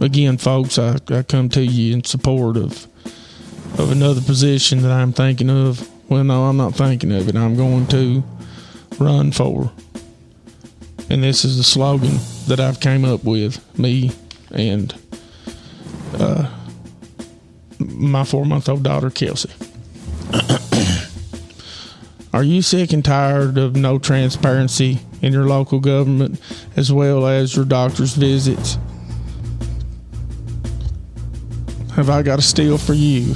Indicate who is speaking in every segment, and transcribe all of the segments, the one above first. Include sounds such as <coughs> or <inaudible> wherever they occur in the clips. Speaker 1: again, folks, I, I come to you in support of of another position that I'm thinking of. Well, no, I'm not thinking of it. I'm going to run for. And this is the slogan that I've came up with, me and uh, my four-month-old daughter, Kelsey. Are you sick and tired of no transparency in your local government as well as your doctor's visits? Have I got a steal for you?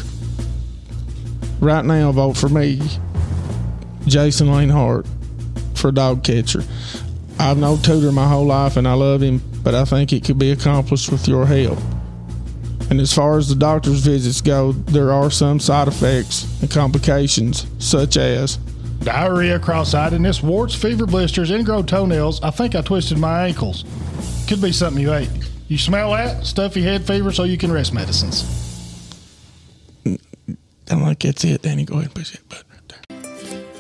Speaker 1: Right now, vote for me, Jason Lane Hart, for dog catcher. I've known Tudor my whole life and I love him, but I think it could be accomplished with your help. And as far as the doctor's visits go, there are some side effects and complications, such as
Speaker 2: Diarrhea, cross-eyedness, warts, fever blisters, ingrown toenails. I think I twisted my ankles. Could be something you ate. You smell that? Stuffy head fever so you can rest medicines.
Speaker 1: I don't think that's it. Danny, go ahead and push that button right there.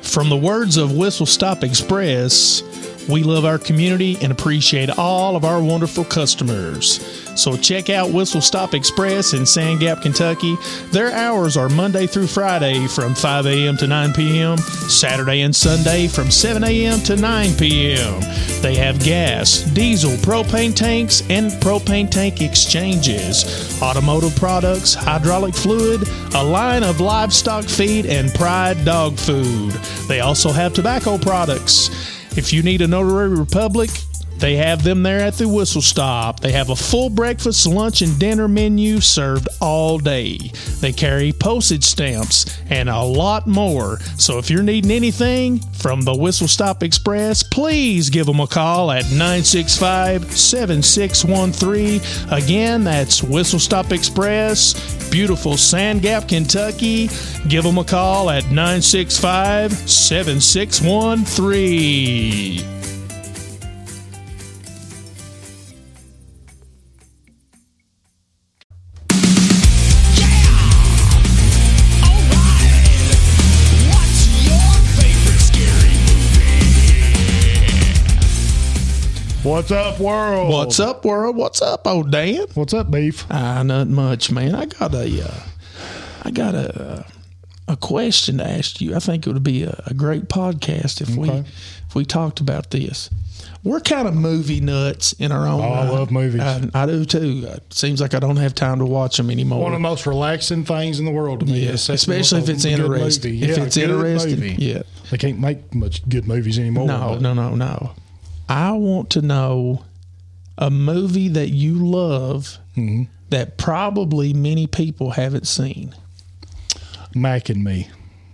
Speaker 3: From the words of Whistle Stop Express, we love our community and appreciate all of our wonderful customers. So check out Whistle Stop Express in Sand Gap, Kentucky. Their hours are Monday through Friday from 5 a.m. to 9 p.m., Saturday and Sunday from 7 a.m. to 9 p.m. They have gas, diesel, propane tanks, and propane tank exchanges, automotive products, hydraulic fluid, a line of livestock feed, and pride dog food. They also have tobacco products. If you need a Notary Republic, they have them there at the Whistle Stop. They have a full breakfast, lunch, and dinner menu served all day. They carry postage stamps and a lot more. So if you're needing anything from the Whistle Stop Express, please give them a call at 965 7613. Again, that's Whistle Stop Express, beautiful Sand Gap, Kentucky. Give them a call at 965 7613.
Speaker 2: What's up, world?
Speaker 1: What's up, world? What's up, old Dan?
Speaker 2: What's up, beef?
Speaker 1: Ah, not much, man. I got a, uh, I got a, uh, a question to ask you. I think it would be a, a great podcast if we,
Speaker 2: Okay.
Speaker 1: if we talked about this. We're kind of movie nuts in our own.
Speaker 2: Oh, I
Speaker 1: right.
Speaker 2: love movies.
Speaker 1: I, I do too. It seems like I don't have time to watch them anymore.
Speaker 2: One of the most relaxing things in the world to me.
Speaker 1: Yeah,
Speaker 2: is sitting
Speaker 1: especially
Speaker 2: with a
Speaker 1: if it's
Speaker 2: good
Speaker 1: interesting.
Speaker 2: movie.
Speaker 1: If
Speaker 2: Yeah,
Speaker 1: it's
Speaker 2: a good
Speaker 1: interesting,
Speaker 2: movie.
Speaker 1: yeah.
Speaker 2: They can't make much good movies anymore.
Speaker 1: No,
Speaker 2: but
Speaker 1: no, no, no. I want to know a movie that you love
Speaker 2: Mm-hmm.
Speaker 1: that probably many people haven't seen.
Speaker 2: Mac and Me.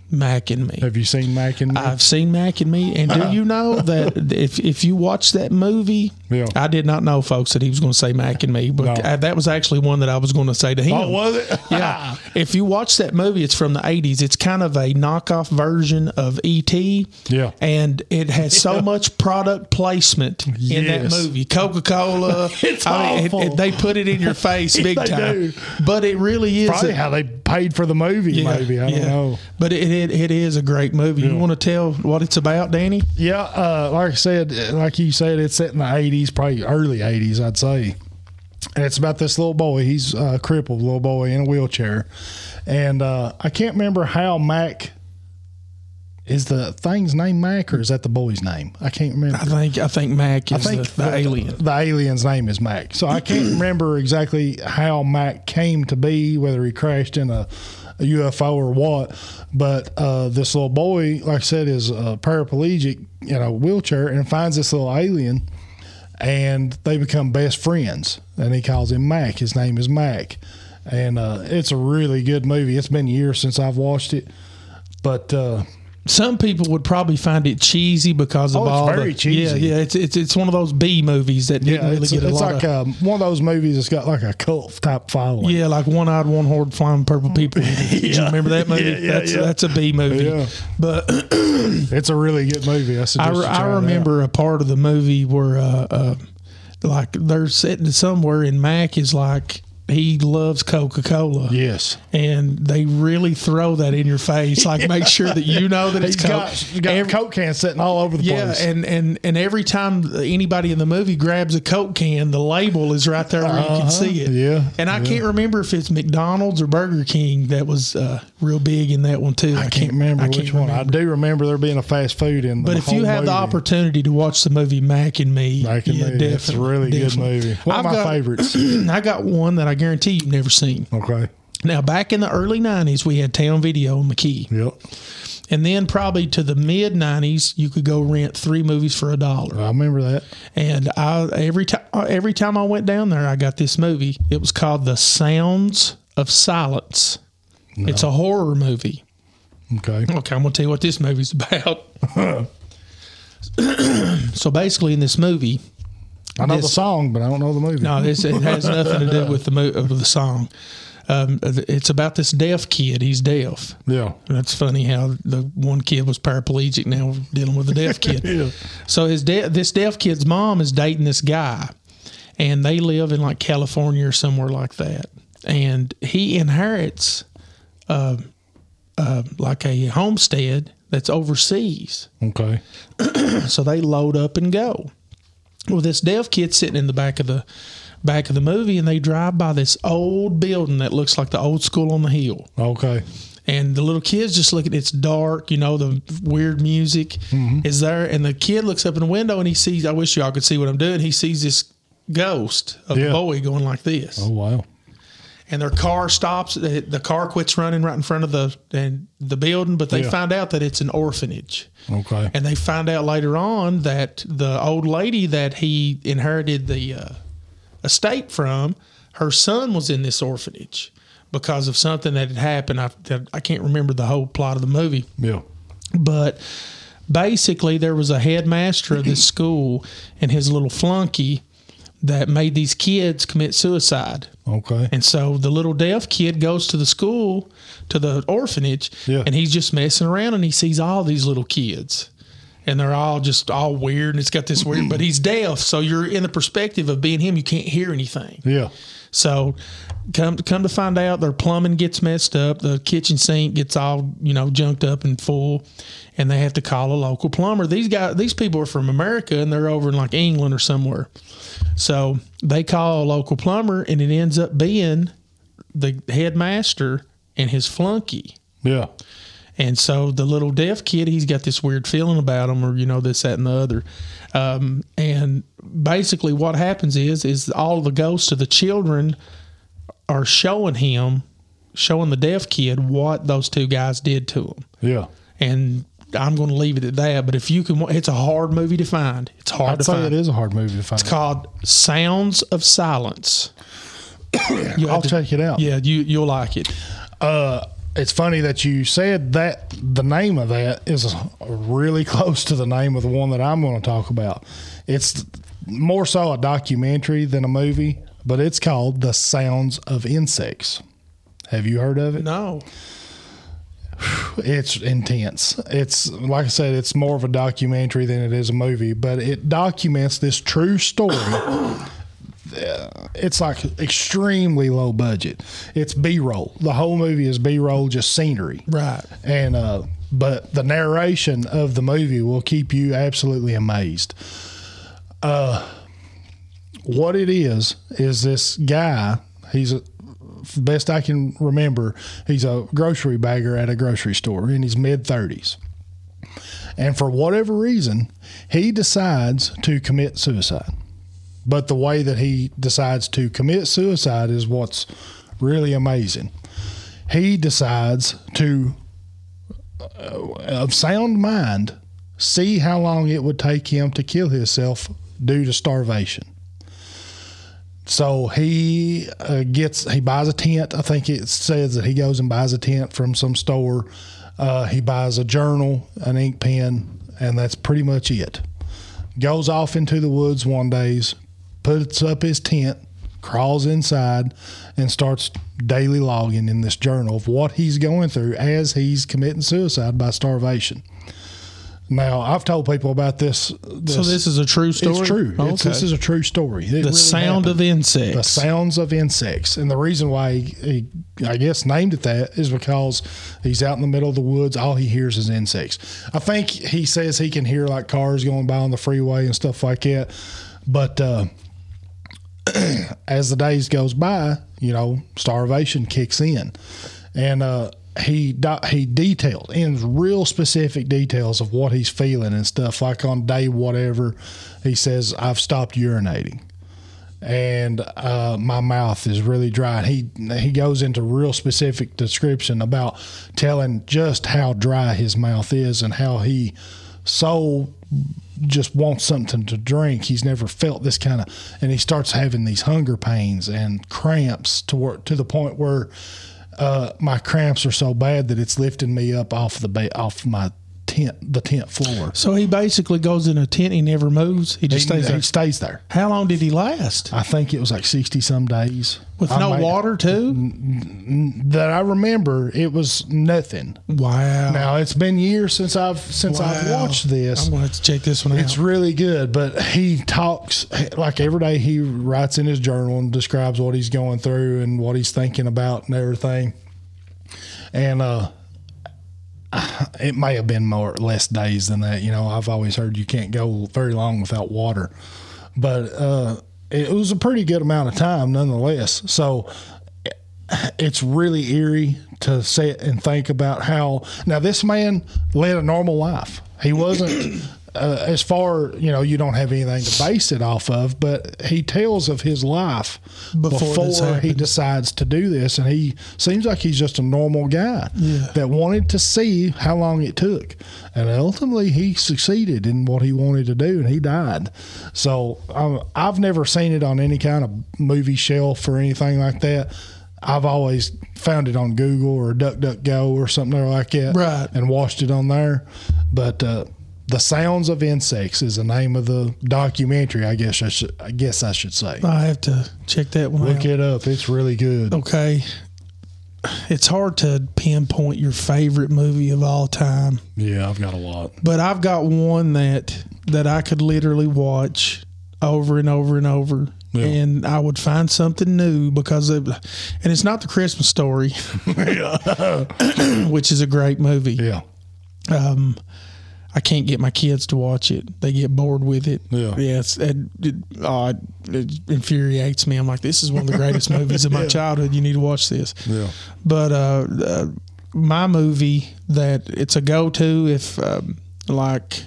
Speaker 1: Mac and Me.
Speaker 2: Have you seen Mac and Me?
Speaker 1: I've seen Mac and Me, and do you
Speaker 2: <laughs>
Speaker 1: know that if if you watch that movie,
Speaker 2: Yeah.
Speaker 1: I did not know, folks, that he was going to say Mac and Me, but
Speaker 2: No.
Speaker 1: I- that was actually one that I was going to say to him.
Speaker 2: oh, was it?
Speaker 1: yeah. If you watch that movie, it's from the 80s. It's kind of a knockoff version of
Speaker 3: E
Speaker 1: E.T.
Speaker 2: Yeah.
Speaker 1: And it has so much product placement in that
Speaker 2: Yes.
Speaker 1: movie Coca Cola.
Speaker 2: <laughs> It's awful.
Speaker 1: they put it in your
Speaker 2: <laughs>
Speaker 1: face big
Speaker 2: They
Speaker 1: time.
Speaker 2: do.
Speaker 1: But it really is.
Speaker 2: <laughs> Probably
Speaker 1: a-
Speaker 2: how they paid for the movie, maybe. I
Speaker 1: yeah.
Speaker 2: don't know.
Speaker 1: But it, it, it is a great movie. You want to tell what it's about, Danny?
Speaker 2: Yeah, uh, like I said, like you said, it's set in the 80s, probably early 80s, I'd say. And it's about this little boy. He's a crippled little boy in a wheelchair. And uh, I can't remember how Mac is the thing's name, Mac, or is that the boy's name? I can't remember.
Speaker 1: I think I think Mac is the, the alien.
Speaker 2: The alien's name is Mac. So I
Speaker 1: <clears throat>
Speaker 2: can't remember exactly how Mac came to be, whether he crashed in a, a UFO or what. But uh, this little boy, like I said, is a paraplegic in a wheelchair and finds this little alien and they become best friends. And he calls him Mac. His name is Mac. And uh, it's a really good movie. It's been years since I've watched it. But uh,
Speaker 1: Some people would probably find it cheesy because of
Speaker 2: Oh, it's
Speaker 1: all
Speaker 2: very
Speaker 1: the
Speaker 2: cheesy.
Speaker 1: yeah yeah it's it's it's one of those B movies that didn't
Speaker 2: yeah,
Speaker 1: really
Speaker 2: it's,
Speaker 1: get a
Speaker 2: it's
Speaker 1: lot
Speaker 2: like
Speaker 1: of,
Speaker 2: um one of those movies that's got like a cult type following.
Speaker 1: Yeah, like one eyed, one horned, flying purple
Speaker 2: <laughs>
Speaker 1: people. Do you remember that movie?
Speaker 2: Mm. Yeah, yeah,
Speaker 1: that's,
Speaker 2: yeah.
Speaker 1: that's a B movie.
Speaker 2: Yeah.
Speaker 1: But
Speaker 2: It's a really good movie. I
Speaker 1: I,
Speaker 2: suggest. you try
Speaker 1: I
Speaker 2: it out.
Speaker 1: remember a part of the movie where, uh, uh, like, they're sitting somewhere, and Mac is like,
Speaker 3: he loves Coca Cola.
Speaker 2: Yes.
Speaker 3: And they really throw that in your face. Like, make sure that you know that it's
Speaker 2: <laughs> He's
Speaker 3: Coke.
Speaker 2: got, he's got
Speaker 3: Every-
Speaker 2: Coke cans sitting all over the
Speaker 3: yeah,
Speaker 2: place.
Speaker 3: and, and and every time anybody in the movie grabs a Coke can, the label is right there where you can see it.
Speaker 2: Uh-huh. yeah,
Speaker 3: and I can't remember if it's McDonald's or Burger King that was uh, real big in that one too.
Speaker 2: I can't remember
Speaker 3: I
Speaker 2: which
Speaker 3: can't
Speaker 2: one.
Speaker 3: remember.
Speaker 2: I do remember there being a fast food in the
Speaker 3: But if
Speaker 2: whole
Speaker 3: you have the
Speaker 2: movie.
Speaker 3: opportunity to watch the movie Mac and Me,
Speaker 2: Mac and
Speaker 3: yeah,
Speaker 2: Me, it's a really good
Speaker 3: definitely.
Speaker 2: movie. One of
Speaker 3: I've
Speaker 2: my
Speaker 3: got- <coughs>
Speaker 2: favorites.
Speaker 3: <clears throat> I got one that I guarantee you've never seen.
Speaker 2: Okay.
Speaker 3: Now, back in the early 90s, we had Town Video in McKee.
Speaker 2: Yep.
Speaker 3: And then, probably to the mid 90s, you could go rent three movies for a dollar.
Speaker 2: I remember that.
Speaker 3: And I every time every time I went down there, I got this movie. It was called The Sounds of Silence. It's a horror movie.
Speaker 2: Okay.
Speaker 3: Okay, I'm gonna tell you what this movie's <laughs> about. <clears throat> so basically, in this movie,
Speaker 2: I know the
Speaker 3: This-
Speaker 2: song, but I don't know the movie.
Speaker 3: no, this, it has nothing to do with the mo- of the song. Um, it's about this deaf kid. He's deaf.
Speaker 2: Yeah.
Speaker 3: And That's funny how the one kid was paraplegic. Now we're dealing with a deaf
Speaker 2: <laughs>
Speaker 3: kid. So his de- this deaf kid's mom is dating this guy, and they live in like California or somewhere like that. And he inherits, uh, uh, like a homestead that's overseas.
Speaker 2: Okay.
Speaker 3: So they load up and go. Well, this deaf kid sitting in the back of the back of the movie, and they drive by this old building that looks like the old school on the hill
Speaker 2: Okay.
Speaker 3: and the little kids just looking it's dark you know the weird music
Speaker 2: Mm-hmm.
Speaker 3: is there and the kid looks up in the window and he sees i wish y'all could see what i'm doing he sees this ghost of
Speaker 2: Yeah.
Speaker 3: a boy going like this
Speaker 2: Oh wow.
Speaker 3: and their car stops the the car quits running right in front of the and the building but they
Speaker 2: Yeah.
Speaker 3: find out that it's an orphanage
Speaker 2: Okay.
Speaker 3: and they find out later on that the old lady that he inherited the uh, estate from, her son was in this orphanage because of something that had happened. I, that- I can't remember the whole plot of the movie,
Speaker 2: Yeah.
Speaker 3: but basically there was a headmaster of this school and his little flunky that made these kids commit suicide.
Speaker 2: Okay.
Speaker 3: And so the little deaf kid goes to the school, to the orphanage,
Speaker 2: Yeah.
Speaker 3: and he's just messing around and he sees all these little kids. And they're all just all weird and it's got this weird, but he's deaf. So you're in the perspective of being him, you can't hear anything.
Speaker 2: Yeah.
Speaker 3: So come come to find out their plumbing gets messed up, the kitchen sink gets all, you know, junked up and full, and they have to call a local plumber. These guys these people are from America and they're over in like England or somewhere. So they call a local plumber and it ends up being the headmaster and his flunky.
Speaker 2: Yeah.
Speaker 3: And so the little deaf kid, he's got this weird feeling about him, or you know this, that, and the other. Um, and basically, what happens is, is all the ghosts of the children are showing him, showing the deaf kid what those two guys did to him.
Speaker 2: Yeah.
Speaker 3: And I'm going to leave it at that. But if you can, wa- it's a hard movie to find. It's hard
Speaker 2: I'd
Speaker 3: to
Speaker 2: say
Speaker 3: find.
Speaker 2: it is a hard movie to find.
Speaker 3: It's called Sounds
Speaker 2: <coughs>
Speaker 3: of Silence. You'll have
Speaker 2: I'll
Speaker 3: to-
Speaker 2: check it out.
Speaker 3: Yeah, you you'll like it.
Speaker 2: Uh, it's funny that you said that the name of that is really <laughs> close to the name of the one that I'm going to talk about. It's more so a documentary than a movie, but it's called The Sounds of Insects. Have you heard of it?
Speaker 3: No,
Speaker 2: It's intense. It's like I said, it's more of a documentary than it is a movie, but it documents this true story. <coughs> Uh, it's like extremely low budget. It's B roll. The whole movie is B roll, just scenery.
Speaker 3: right.
Speaker 2: And uh, but the narration of the movie will keep you absolutely amazed. Uh, what it is is this guy. He's a, best I can remember. He's a grocery bagger at a grocery store in his mid thirties. And for whatever reason, he decides to commit suicide. But the way that he decides to commit suicide is what's really amazing. He decides to, uh, of sound mind, see how long it would take him to kill himself due to starvation. So he uh, gets he buys a tent. I think it says that he goes and buys a tent from some store. Uh, he buys a journal, an ink pen, and that's pretty much it. Goes off into the woods one days, puts up his tent, crawls inside, and starts daily logging in this journal of what he's going through as he's committing suicide by starvation. Now I've told people about this. this
Speaker 3: So this is a true story.
Speaker 2: it's true.
Speaker 3: Oh,
Speaker 2: It's- this
Speaker 3: okay.
Speaker 2: is a true story. It
Speaker 3: the
Speaker 2: really
Speaker 3: sound
Speaker 2: happened.
Speaker 3: of insects.
Speaker 2: the sounds of insects. And the reason why he, he, I guess, named it that is because he's out in the middle of the woods. All he hears is insects. I think he says he can hear like cars going by on the freeway and stuff like that. But uh, <clears throat> as the days goes by, you know, starvation kicks in, and uh, he di- he detailed in real specific details of what he's feeling and stuff. Like on day whatever, he says, "I've stopped urinating." and uh, my mouth is really dry. He he goes into real specific description about telling just how dry his mouth is and how he so just wants something to drink. He's never felt this kind of, and he starts having these hunger pains and cramps to work to the point where uh, my cramps are so bad that it's lifting me up off the ba- off my tent the tent floor.
Speaker 1: So he basically goes in a tent. He never moves. He
Speaker 2: He
Speaker 1: just stays there.
Speaker 2: he stays there.
Speaker 1: How long did he last?
Speaker 2: I think it was like sixty some days
Speaker 1: With
Speaker 2: I
Speaker 1: no
Speaker 2: may-
Speaker 1: water too?
Speaker 2: that I remember, it was nothing.
Speaker 1: Wow.
Speaker 2: Now it's been years since I've since I've
Speaker 1: Wow.
Speaker 2: watched this.
Speaker 1: I'm gonna have to check this one out.
Speaker 2: It's really good, but he talks like every day. He writes in his journal and describes what he's going through and what he's thinking about and everything. And uh, it may have been more less days than that. You know, I've always heard you can't go very long without water, but uh, it was a pretty good amount of time nonetheless. So it's really eerie to sit and think about how now this man led a normal life. He wasn't uh, as far you know you don't have anything to base it off of, but he tells of his life
Speaker 1: Before
Speaker 2: before,
Speaker 1: this
Speaker 2: he
Speaker 1: happened.
Speaker 2: decides to do this, and he seems like he's just a normal guy
Speaker 1: Yeah.
Speaker 2: that wanted to see how long it took, and ultimately he succeeded in what he wanted to do, and he died. So um, I've never seen it on any kind of movie shelf or anything like that. I've always found it on Google or DuckDuckGo or something like that,
Speaker 1: Right.
Speaker 2: And watched it on there. But uh, the sounds of insects is the name of the documentary. I guess I should. I guess I should say.
Speaker 1: I have to check that one out.
Speaker 2: Look it up. It's really good.
Speaker 1: okay. It's hard to pinpoint your favorite movie of all time,
Speaker 2: Yeah, I've got a lot.
Speaker 1: but I've got one that that I could literally watch over and over and over.
Speaker 2: Yeah.
Speaker 1: And I would find something new because of, and it's not the Christmas
Speaker 2: <laughs>
Speaker 1: story, which is a great movie.
Speaker 2: Yeah.
Speaker 1: um, I can't get my kids to watch it. They get bored with it.
Speaker 2: Yeah.
Speaker 1: Yes. It, it, oh, it, it infuriates me. I'm like, this is one of the greatest movies
Speaker 2: <laughs>
Speaker 1: of my childhood. You need to watch this.
Speaker 2: Yeah.
Speaker 1: But uh, uh, my movie that it's a go to if um, like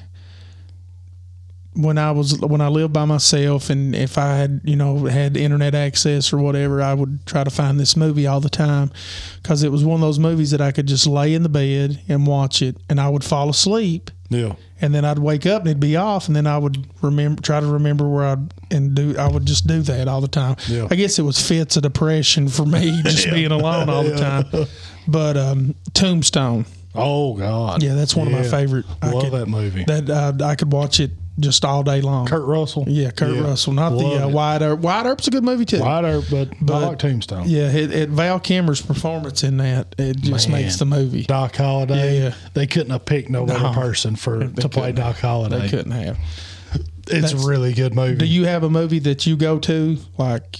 Speaker 1: when I was when I lived by myself and if I had you know had internet access or whatever, I would try to find this movie all the time because it was one of those movies that I could just lay in the bed and watch it and I would fall asleep
Speaker 2: Yeah.
Speaker 1: and then I'd wake up and it'd be off, and then I would remember try to remember where I'd and do I would just do that all the time.
Speaker 2: Yeah.
Speaker 1: I guess it was fits of depression for
Speaker 2: <laughs>
Speaker 1: me just being alone all the time. But um, Tombstone,
Speaker 2: Oh God.
Speaker 1: yeah, that's one of my
Speaker 2: Yeah.
Speaker 1: favorite. I
Speaker 2: Love
Speaker 1: could,
Speaker 2: that movie.
Speaker 1: That uh, I could watch it just all day long.
Speaker 2: Kurt Russell.
Speaker 1: yeah, Kurt
Speaker 2: Yeah.
Speaker 1: Russell, not
Speaker 2: Love
Speaker 1: the uh,
Speaker 2: it.
Speaker 1: Wide Earp. Wide Earp's a good movie too.
Speaker 2: Wide Earp, but,
Speaker 1: But-
Speaker 2: I like Tombstone.
Speaker 1: Yeah, it, it, Val Kimmer's performance in that it just
Speaker 2: Man.
Speaker 1: makes the movie.
Speaker 2: Doc Holliday.
Speaker 1: Yeah, yeah.
Speaker 2: They couldn't have picked no better
Speaker 1: No.
Speaker 2: person for to play
Speaker 1: couldn't.
Speaker 2: Doc
Speaker 1: They
Speaker 2: Holliday.
Speaker 1: couldn't have.
Speaker 2: It's a
Speaker 1: That's-
Speaker 2: really good movie.
Speaker 1: Do you have a movie that you go to like?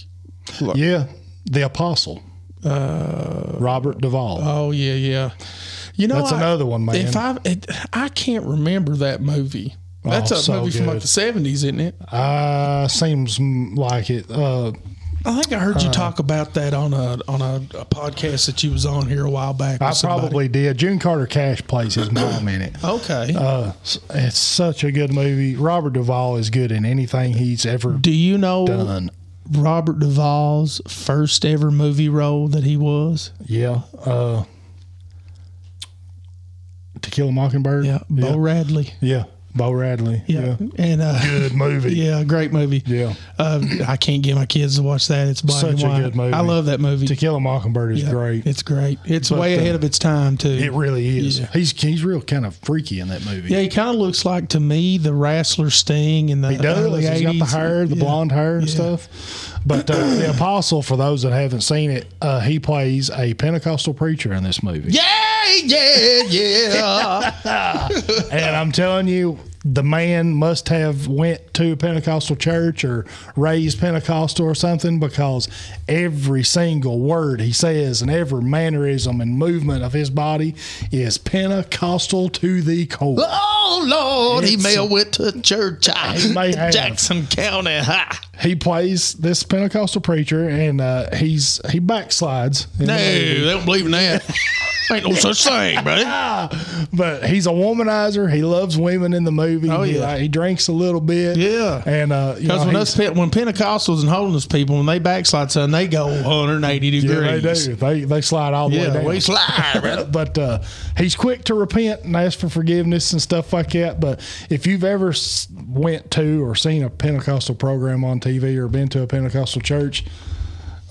Speaker 1: like Uh,
Speaker 2: yeah, The Apostle. Robert Duvall.
Speaker 1: Oh yeah, yeah. You know
Speaker 2: That's
Speaker 1: I-
Speaker 2: another one, man.
Speaker 1: If I it, I can't remember that movie. That's
Speaker 2: Oh,
Speaker 1: a
Speaker 2: so
Speaker 1: movie from like
Speaker 2: good.
Speaker 1: the seventies, isn't it?
Speaker 2: uh, seems m- like it. Uh,
Speaker 1: I think I heard you talk about that on a on a, a podcast that you was on here a while back.
Speaker 2: I
Speaker 1: with somebody.
Speaker 2: probably did. June Carter Cash plays his mom in it.
Speaker 1: okay.
Speaker 2: Uh, s- it's such a good movie. Robert Duvall is good in anything he's ever
Speaker 1: Do you know
Speaker 2: done.
Speaker 1: Robert Duvall's first ever movie role that he was?
Speaker 2: Yeah. Uh, to Kill a Mockingbird.
Speaker 1: Yeah, Bo
Speaker 2: Yeah.
Speaker 1: Radley.
Speaker 2: Yeah. Bo Radley.
Speaker 1: Yeah, and uh,
Speaker 2: Good movie.
Speaker 1: yeah, great movie.
Speaker 2: Yeah.
Speaker 1: Uh, I can't get my kids to watch that. It's black and
Speaker 2: Such a
Speaker 1: white.
Speaker 2: good movie.
Speaker 1: I love that movie.
Speaker 2: To Kill a Mockingbird is
Speaker 1: Yeah,
Speaker 2: great.
Speaker 1: It's great. It's
Speaker 2: But,
Speaker 1: way
Speaker 2: uh,
Speaker 1: ahead of its time too.
Speaker 2: It really is.
Speaker 1: Yeah.
Speaker 2: He's he's real kind of freaky in that movie.
Speaker 1: Yeah, he kind of looks like to me the Wrestler Sting in the
Speaker 2: He does.
Speaker 1: early
Speaker 2: He's got
Speaker 1: 80s.
Speaker 2: the hair, the
Speaker 1: Yeah.
Speaker 2: blonde hair and
Speaker 1: Yeah.
Speaker 2: stuff. But uh, the apostle, for those that haven't seen it, uh, he plays a Pentecostal preacher in this movie.
Speaker 1: Yeah, he yeah, yeah.
Speaker 2: <laughs> And I'm telling you, the man must have went to Pentecostal church or raised Pentecostal or something because every single word he says and every mannerism and movement of his body is Pentecostal to the core.
Speaker 1: oh Lord, he
Speaker 2: It's-
Speaker 1: may have went to church. I, <laughs>
Speaker 2: may have.
Speaker 1: Jackson County. Ha.
Speaker 2: He plays this Pentecostal preacher and uh, he's he backslides. in the
Speaker 1: No,
Speaker 2: movie.
Speaker 1: they don't believe in that. <laughs> Ain't no such thing, buddy.
Speaker 2: Ah, but he's a womanizer. He loves women in the movie.
Speaker 1: Oh,
Speaker 2: He,
Speaker 1: yeah.
Speaker 2: like, he drinks a little bit.
Speaker 1: Yeah.
Speaker 2: and uh, you
Speaker 1: <laughs>
Speaker 2: know,
Speaker 1: Because when
Speaker 2: he's-
Speaker 1: us Pen- when Pentecostals and holiness people when they backslide, son, they go 180
Speaker 2: yeah, they
Speaker 1: degrees.
Speaker 2: do. They they slide all the way
Speaker 1: Yeah,
Speaker 2: down.
Speaker 1: we
Speaker 2: <laughs>
Speaker 1: slide, brother.
Speaker 2: but uh, he's quick to repent and ask for forgiveness and stuff like that. But if you've ever s- went to or seen a Pentecostal program on TV or been to a Pentecostal church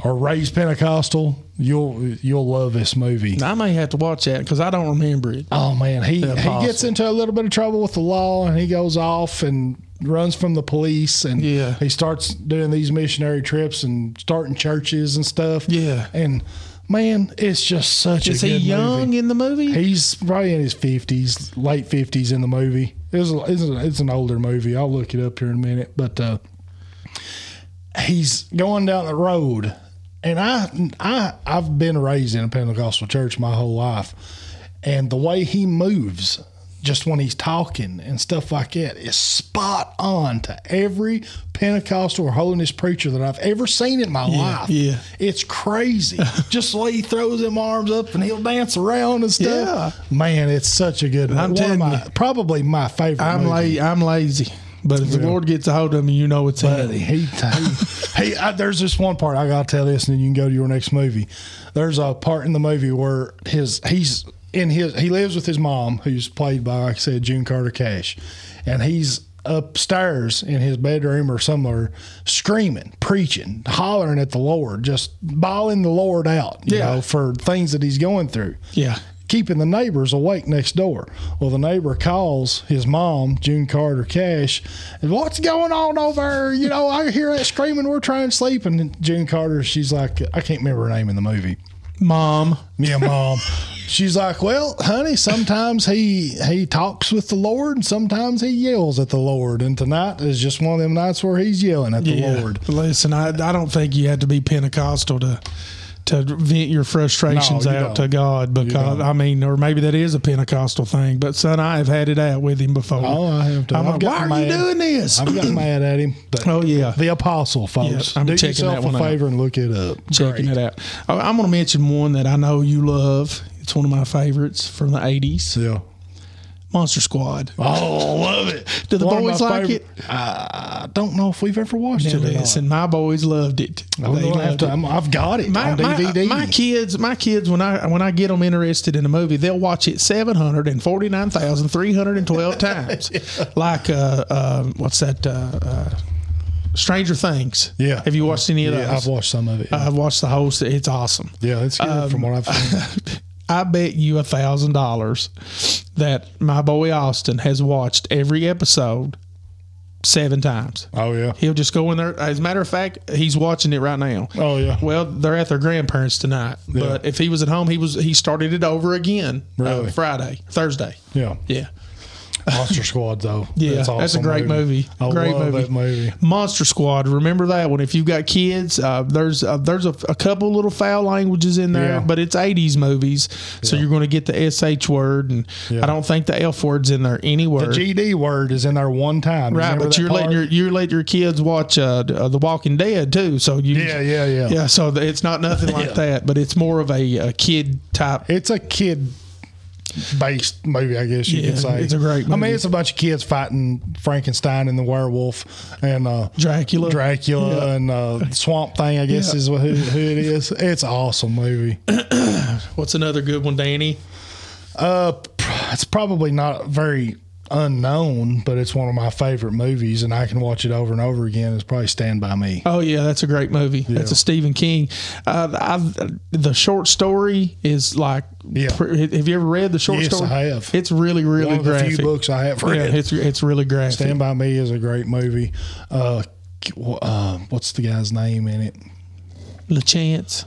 Speaker 2: or raised Pentecostal, you'll you'll love this movie.
Speaker 1: I may have to watch that because I don't remember it.
Speaker 2: Oh man, he
Speaker 1: apostle.
Speaker 2: he gets into a little bit of trouble with the law, and he goes off and runs from the police, and
Speaker 1: Yeah.
Speaker 2: he starts doing these missionary trips and starting churches and stuff.
Speaker 1: Yeah.
Speaker 2: and man, it's just such
Speaker 1: Is
Speaker 2: a
Speaker 1: he
Speaker 2: good
Speaker 1: young
Speaker 2: movie.
Speaker 1: in the movie?
Speaker 2: He's probably in his fifties, late fifties in the movie. It's, a, it's, a, it's an older movie. I'll look it up here in a minute, but uh, he's going down the road, and I I I've been raised in a Pentecostal church my whole life, and the way he moves. Just when he's talking and stuff like that is spot on to every Pentecostal or holiness preacher that I've ever seen in my life.
Speaker 1: yeah. <laughs>
Speaker 2: It's crazy. Just the way he throws them arms up and he'll dance around and stuff. Man, it's such a good
Speaker 1: I'm
Speaker 2: one. One of
Speaker 1: telling
Speaker 2: my, probably my favorite.
Speaker 1: I'm
Speaker 2: movie.
Speaker 1: la- I'm lazy, but if the Lord gets a hold of me, you know it's
Speaker 2: Buddy,
Speaker 1: him.
Speaker 2: he, he, he I, there's this one part I gotta tell this, and then you can go to your next movie. There's a part in the movie where his he's in his he lives with his mom, who's played by like I said June Carter Cash, and he's upstairs in his bedroom or somewhere screaming, preaching, hollering at the Lord, just bawling the Lord out, you
Speaker 1: Yeah.
Speaker 2: know, for things that he's going through
Speaker 1: Yeah.
Speaker 2: keeping the neighbors awake next door. Well, the neighbor calls his mom, June Carter Cash, and what's going on over? there? You know, I hear that screaming. We're trying to sleep, and June Carter, she's like, I can't remember her name in the movie.
Speaker 1: Mom.
Speaker 2: Yeah, mom. <laughs> She's like, well, honey. Sometimes he he talks with the Lord, and sometimes he yells at the Lord. And tonight is just one of them nights where he's yelling at the
Speaker 1: Yeah.
Speaker 2: Lord.
Speaker 1: Listen, I, I don't think you have to be Pentecostal to to vent your frustrations
Speaker 2: No, you
Speaker 1: out
Speaker 2: don't.
Speaker 1: to God because I mean, or maybe that is a Pentecostal thing. But son, I have had it out with him before.
Speaker 2: Oh, I have to.
Speaker 1: I'm
Speaker 2: I've
Speaker 1: like, why are
Speaker 2: gotten
Speaker 1: you
Speaker 2: mad.
Speaker 1: doing this?
Speaker 2: I've gotten mad at him. But
Speaker 1: oh yeah,
Speaker 2: the apostle, folks.
Speaker 1: I'm
Speaker 2: Do
Speaker 1: checking
Speaker 2: yourself
Speaker 1: that one
Speaker 2: a
Speaker 1: out.
Speaker 2: favor and look it up.
Speaker 1: <laughs> checking it out. I, I'm going to mention one that I know you love. It's one of my favorites from the '80s,
Speaker 2: Yeah.
Speaker 1: Monster Squad.
Speaker 2: Oh, love it.
Speaker 1: Do the boys like
Speaker 2: it? I don't know if we've ever watched it.
Speaker 1: Now
Speaker 2: or not.
Speaker 1: listen, my boys loved it.
Speaker 2: I'm
Speaker 1: They
Speaker 2: gonna have
Speaker 1: loved
Speaker 2: to,
Speaker 1: it.
Speaker 2: I'm, I've got it
Speaker 1: My,
Speaker 2: on
Speaker 1: my-
Speaker 2: DVD.
Speaker 1: my kids, my kids, when I when I get them interested in a movie, they'll watch it seven hundred and forty nine thousand three hundred and
Speaker 2: <laughs>
Speaker 1: twelve times. Like uh, uh, what's that? Uh, uh, Stranger Things.
Speaker 2: Yeah.
Speaker 1: Have you watched any of
Speaker 2: yeah,
Speaker 1: those? Uh-huh.
Speaker 2: I've watched some of it.
Speaker 1: I've watched the whole. se- It's awesome. <laughs>
Speaker 2: yeah, it's good
Speaker 1: Um,
Speaker 2: from what I've seen.
Speaker 1: I bet you a thousand dollars that my boy Austin has watched every episode seven times.
Speaker 2: Oh yeah.
Speaker 1: He'll just go in there. As a matter of fact, he's watching it right now.
Speaker 2: Oh yeah.
Speaker 1: Well, they're at their grandparents tonight. But if he was at home, he was he started it over again uh,
Speaker 2: Really?
Speaker 1: Friday, Thursday.
Speaker 2: Yeah.
Speaker 1: Yeah,
Speaker 2: Monster Squad though.
Speaker 1: <laughs> yeah, that's, a
Speaker 2: awesome
Speaker 1: great movie.
Speaker 2: I
Speaker 1: great
Speaker 2: love that movie.
Speaker 1: Monster Squad. Remember that one. If you've got kids, uh, there's uh, there's a, a couple little foul languages in there,
Speaker 2: Yeah.
Speaker 1: but it's 80s movies, so you're going to get the sh word, and
Speaker 2: Yeah.
Speaker 1: I don't think the f word's in there anywhere.
Speaker 2: The GD word is in there one time.
Speaker 1: Right,
Speaker 2: Remember
Speaker 1: but
Speaker 2: that
Speaker 1: you're letting
Speaker 2: part?
Speaker 1: your you're letting your kids watch uh, d- uh, The Walking Dead too, so you
Speaker 2: Yeah, yeah, yeah.
Speaker 1: yeah. So th- it's not nothing like that, but it's more of a, uh kid type.
Speaker 2: It's a kid based movie, I guess you
Speaker 1: Yeah,
Speaker 2: could say.
Speaker 1: it's a great
Speaker 2: I
Speaker 1: movie.
Speaker 2: mean, it's a bunch of kids fighting Frankenstein and the werewolf and uh,
Speaker 1: Dracula.
Speaker 2: Dracula
Speaker 1: Yeah.
Speaker 2: and uh, Swamp Thing. I guess
Speaker 1: Yeah.
Speaker 2: is who, who it is. It's an awesome movie.
Speaker 1: What's another good one, Danny?
Speaker 2: Uh, pr- it's probably not very unknown, but it's one of my favorite movies, and I can watch it over and over again. It's probably Stand by Me.
Speaker 1: Oh yeah, that's a great movie. That's a Stephen King. Uh, I've, the short story is like.
Speaker 2: Yeah.
Speaker 1: pr- have you ever read the short
Speaker 2: Yes,
Speaker 1: story?
Speaker 2: I have.
Speaker 1: It's really really
Speaker 2: One of the
Speaker 1: graphic.
Speaker 2: few books I have
Speaker 1: yeah,
Speaker 2: read.
Speaker 1: it's it's really graphic.
Speaker 2: Stand by Me is a great movie. Uh, uh, what's the guy's name in it?
Speaker 1: LaChance,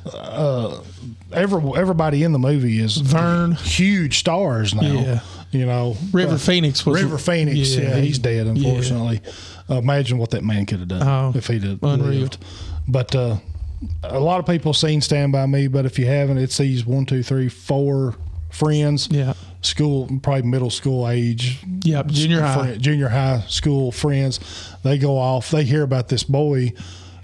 Speaker 2: Every, everybody in the movie is
Speaker 1: Vern.
Speaker 2: huge stars now.
Speaker 1: Yeah.
Speaker 2: You know,
Speaker 1: River
Speaker 2: but-
Speaker 1: Phoenix was
Speaker 2: River Phoenix. Yeah, he's dead, unfortunately. Uh, imagine what that man could have done
Speaker 1: Oh,
Speaker 2: if he'd have
Speaker 1: unreal.
Speaker 2: lived. But uh, a lot of people seen Stand By Me, but if you haven't, it's these one, two, three, four friends.
Speaker 1: Yeah.
Speaker 2: School, probably middle school age.
Speaker 1: Yep, junior high.
Speaker 2: friend- junior high school friends. They go off. They hear about this boy.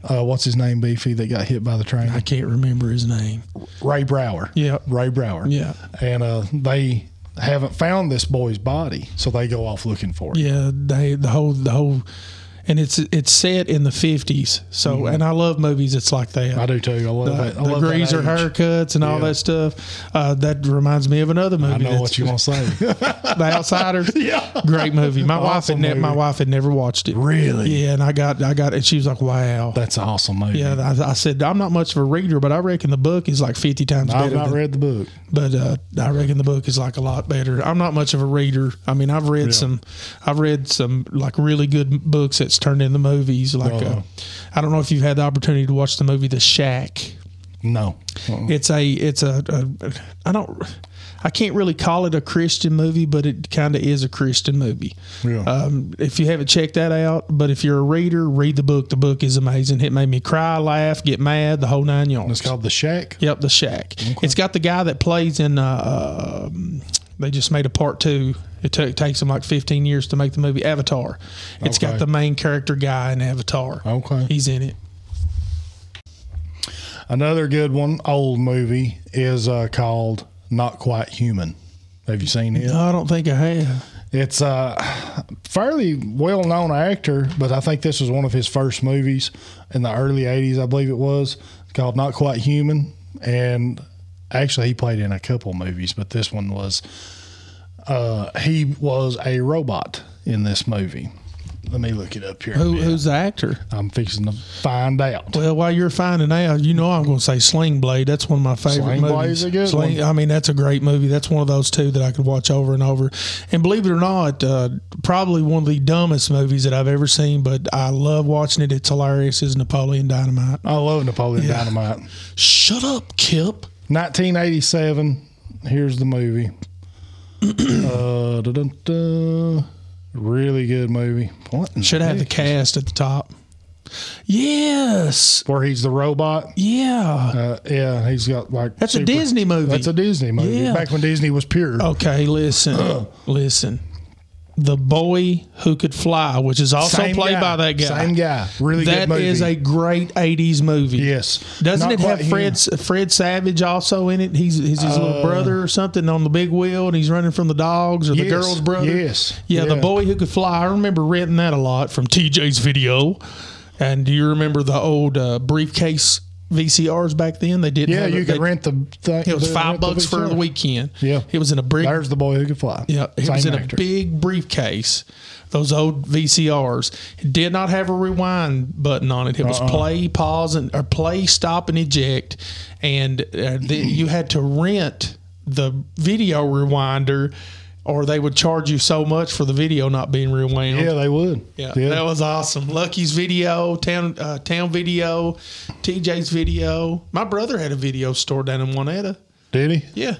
Speaker 2: Uh, what's his name, Beefy, that got hit by the train?
Speaker 1: I can't remember his name.
Speaker 2: Ray Brower.
Speaker 1: Yep.
Speaker 2: Ray Brower.
Speaker 1: Yeah.
Speaker 2: And uh, they haven't found this boy's body, so they go off looking for it.
Speaker 1: Yeah, they the whole the whole, and it's it's set in the fifties. So and I love movies. It's like that.
Speaker 2: Mm-hmm. I do too. I love
Speaker 1: the,
Speaker 2: that.
Speaker 1: the
Speaker 2: I love that
Speaker 1: greaser
Speaker 2: age.
Speaker 1: haircuts and all
Speaker 2: Yeah.
Speaker 1: that stuff. Uh, that reminds me of another movie.
Speaker 2: I know
Speaker 1: that's-
Speaker 2: what you want to say.
Speaker 1: <laughs> The Outsiders.
Speaker 2: <laughs> <laughs> Yeah.
Speaker 1: great movie. My wife had
Speaker 2: Awesome
Speaker 1: ne- my
Speaker 2: movie.
Speaker 1: wife had never watched it.
Speaker 2: Really?
Speaker 1: Yeah, and I got I got and she was like, "Wow."
Speaker 2: That's an awesome movie.
Speaker 1: yeah, I, I said I'm not much of a reader, but I reckon the book is like 50 times
Speaker 2: I've
Speaker 1: better.
Speaker 2: not
Speaker 1: than-
Speaker 2: read the book.
Speaker 1: but uh, I reckon the book is like a lot better. I'm not much of a reader. I mean, I've read some, I've read some like really good books that's turned into movies. Like, uh,
Speaker 2: Uh-huh.
Speaker 1: I don't know if you've had the opportunity to watch the movie The Shack.
Speaker 2: No. Uh-uh.
Speaker 1: It's a, it's a, a I don't, I can't really call it a Christian movie, but it kind of is a Christian movie.
Speaker 2: Yeah.
Speaker 1: Um, if you haven't checked that out, but if you're a reader, read the book. The book is amazing. It made me cry, laugh, get mad, the whole nine yards.
Speaker 2: it's called The Shack.
Speaker 1: Yep, the Shack. It's got the guy that plays in. Uh, um, they just made a part two. It took takes them like 15 years to make the movie Avatar. It's
Speaker 2: Okay.
Speaker 1: got the main character guy in Avatar.
Speaker 2: Okay.
Speaker 1: he's in it.
Speaker 2: Another good one, old movie, is uh, called Not Quite Human. Have you seen it?
Speaker 1: I don't think I have.
Speaker 2: It's a fairly well known actor, but I think this was one of his first movies in the early 80s, I believe it was. It's called Not Quite Human. And actually, he played in a couple movies, but this one was uh, he was a robot in this movie. Let me look it up here.
Speaker 1: Who, Who's the actor?
Speaker 2: I'm fixing to find out.
Speaker 1: Well, while you're finding out, you know I'm going to say Sling Blade. That's one of my favorite
Speaker 2: Sling
Speaker 1: movies.
Speaker 2: Blade's a good one.
Speaker 1: I mean, that's a great movie. That's one of those two that I could watch over and over. And believe it or not, uh, probably one of the dumbest movies that I've ever seen, but I love watching it. It's hilarious. Is Napoleon Dynamite?
Speaker 2: I love Napoleon Dynamite.
Speaker 1: Shut up, Kip.
Speaker 2: 1987. Here's the movie. <clears throat> uh, da-dun-dun. Really good movie. What in
Speaker 1: Should have the
Speaker 2: heck?
Speaker 1: cast at the top. Yes.
Speaker 2: Where he's the robot.
Speaker 1: Yeah.
Speaker 2: Uh, yeah, he's got like.
Speaker 1: That's a Disney movie.
Speaker 2: That's a Disney movie.
Speaker 1: Yeah. Oh,
Speaker 2: Back when Disney was pure.
Speaker 1: okay,
Speaker 2: <clears throat>
Speaker 1: listen. listen. The Boy Who Could Fly, which is also
Speaker 2: Same
Speaker 1: played
Speaker 2: guy.
Speaker 1: by that guy.
Speaker 2: Same guy. Really good
Speaker 1: That
Speaker 2: movie.
Speaker 1: is a great 80s movie.
Speaker 2: Yes.
Speaker 1: Doesn't
Speaker 2: Not
Speaker 1: it have
Speaker 2: quite him. Uh,
Speaker 1: Fred Fred Savage also in it? He's, he's his little brother or something on the big wheel and he's running from the dogs or the
Speaker 2: Yes.
Speaker 1: girl's brother.
Speaker 2: Yes.
Speaker 1: Yeah, the boy who could fly. I remember renting that a lot from TJ's video. And do you remember the old uh, briefcase VCRs back then? They didn't.
Speaker 2: Yeah,
Speaker 1: have
Speaker 2: you
Speaker 1: it.
Speaker 2: could
Speaker 1: They-
Speaker 2: rent the thing.
Speaker 1: It was
Speaker 2: the-
Speaker 1: five
Speaker 2: rent the
Speaker 1: bucks for
Speaker 2: VCR.
Speaker 1: the weekend.
Speaker 2: Yeah.
Speaker 1: it was in a brick.
Speaker 2: There's the boy who could fly.
Speaker 1: Yeah, it
Speaker 2: Same
Speaker 1: was in
Speaker 2: actor.
Speaker 1: a big briefcase. Those old VCRs it did not have a rewind button on it. It
Speaker 2: Uh-uh.
Speaker 1: was play, pause, and or play, stop, and eject. And uh, then you had to rent the video rewinder, or they would charge you so much for the video not being rewound.
Speaker 2: Yeah, they would.
Speaker 1: Yeah, that was awesome. Lucky's video, town uh, town video, TJ's video. My brother had a video store down in Juanetta.
Speaker 2: Did he?
Speaker 1: Yeah,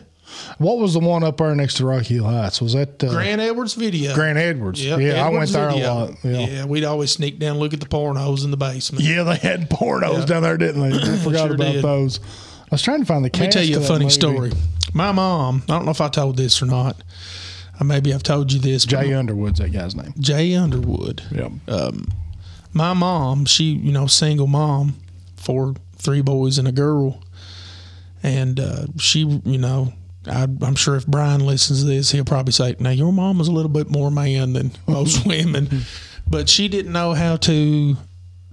Speaker 2: What was the one up there next to Rocky Hill Heights? Was that uh,
Speaker 1: Grant Edwards video.
Speaker 2: Grant Edwards.
Speaker 1: Yep,
Speaker 2: yeah, I went
Speaker 1: Edwards
Speaker 2: there
Speaker 1: video.
Speaker 2: a lot. Yeah. yeah.
Speaker 1: we'd always sneak down, look at the pornos in the basement.
Speaker 2: they had pornos down there,
Speaker 1: <clears throat>
Speaker 2: didn't they? I forgot
Speaker 1: Sure
Speaker 2: about
Speaker 1: did.
Speaker 2: those. I was trying to find the.
Speaker 1: Let me tell you a funny story. My mom, I don't know if I told this or not. Uh, Maybe I've told you this. but
Speaker 2: Jay Underwood's that guy's name.
Speaker 1: Jay Underwood.
Speaker 2: Yeah.
Speaker 1: my mom, she, you know, single mom for three boys and a girl. And uh, she, you know, I, I'm sure if Brian listens to this, he'll probably say, Now, your mom was a little bit more man than most women, but she didn't know how to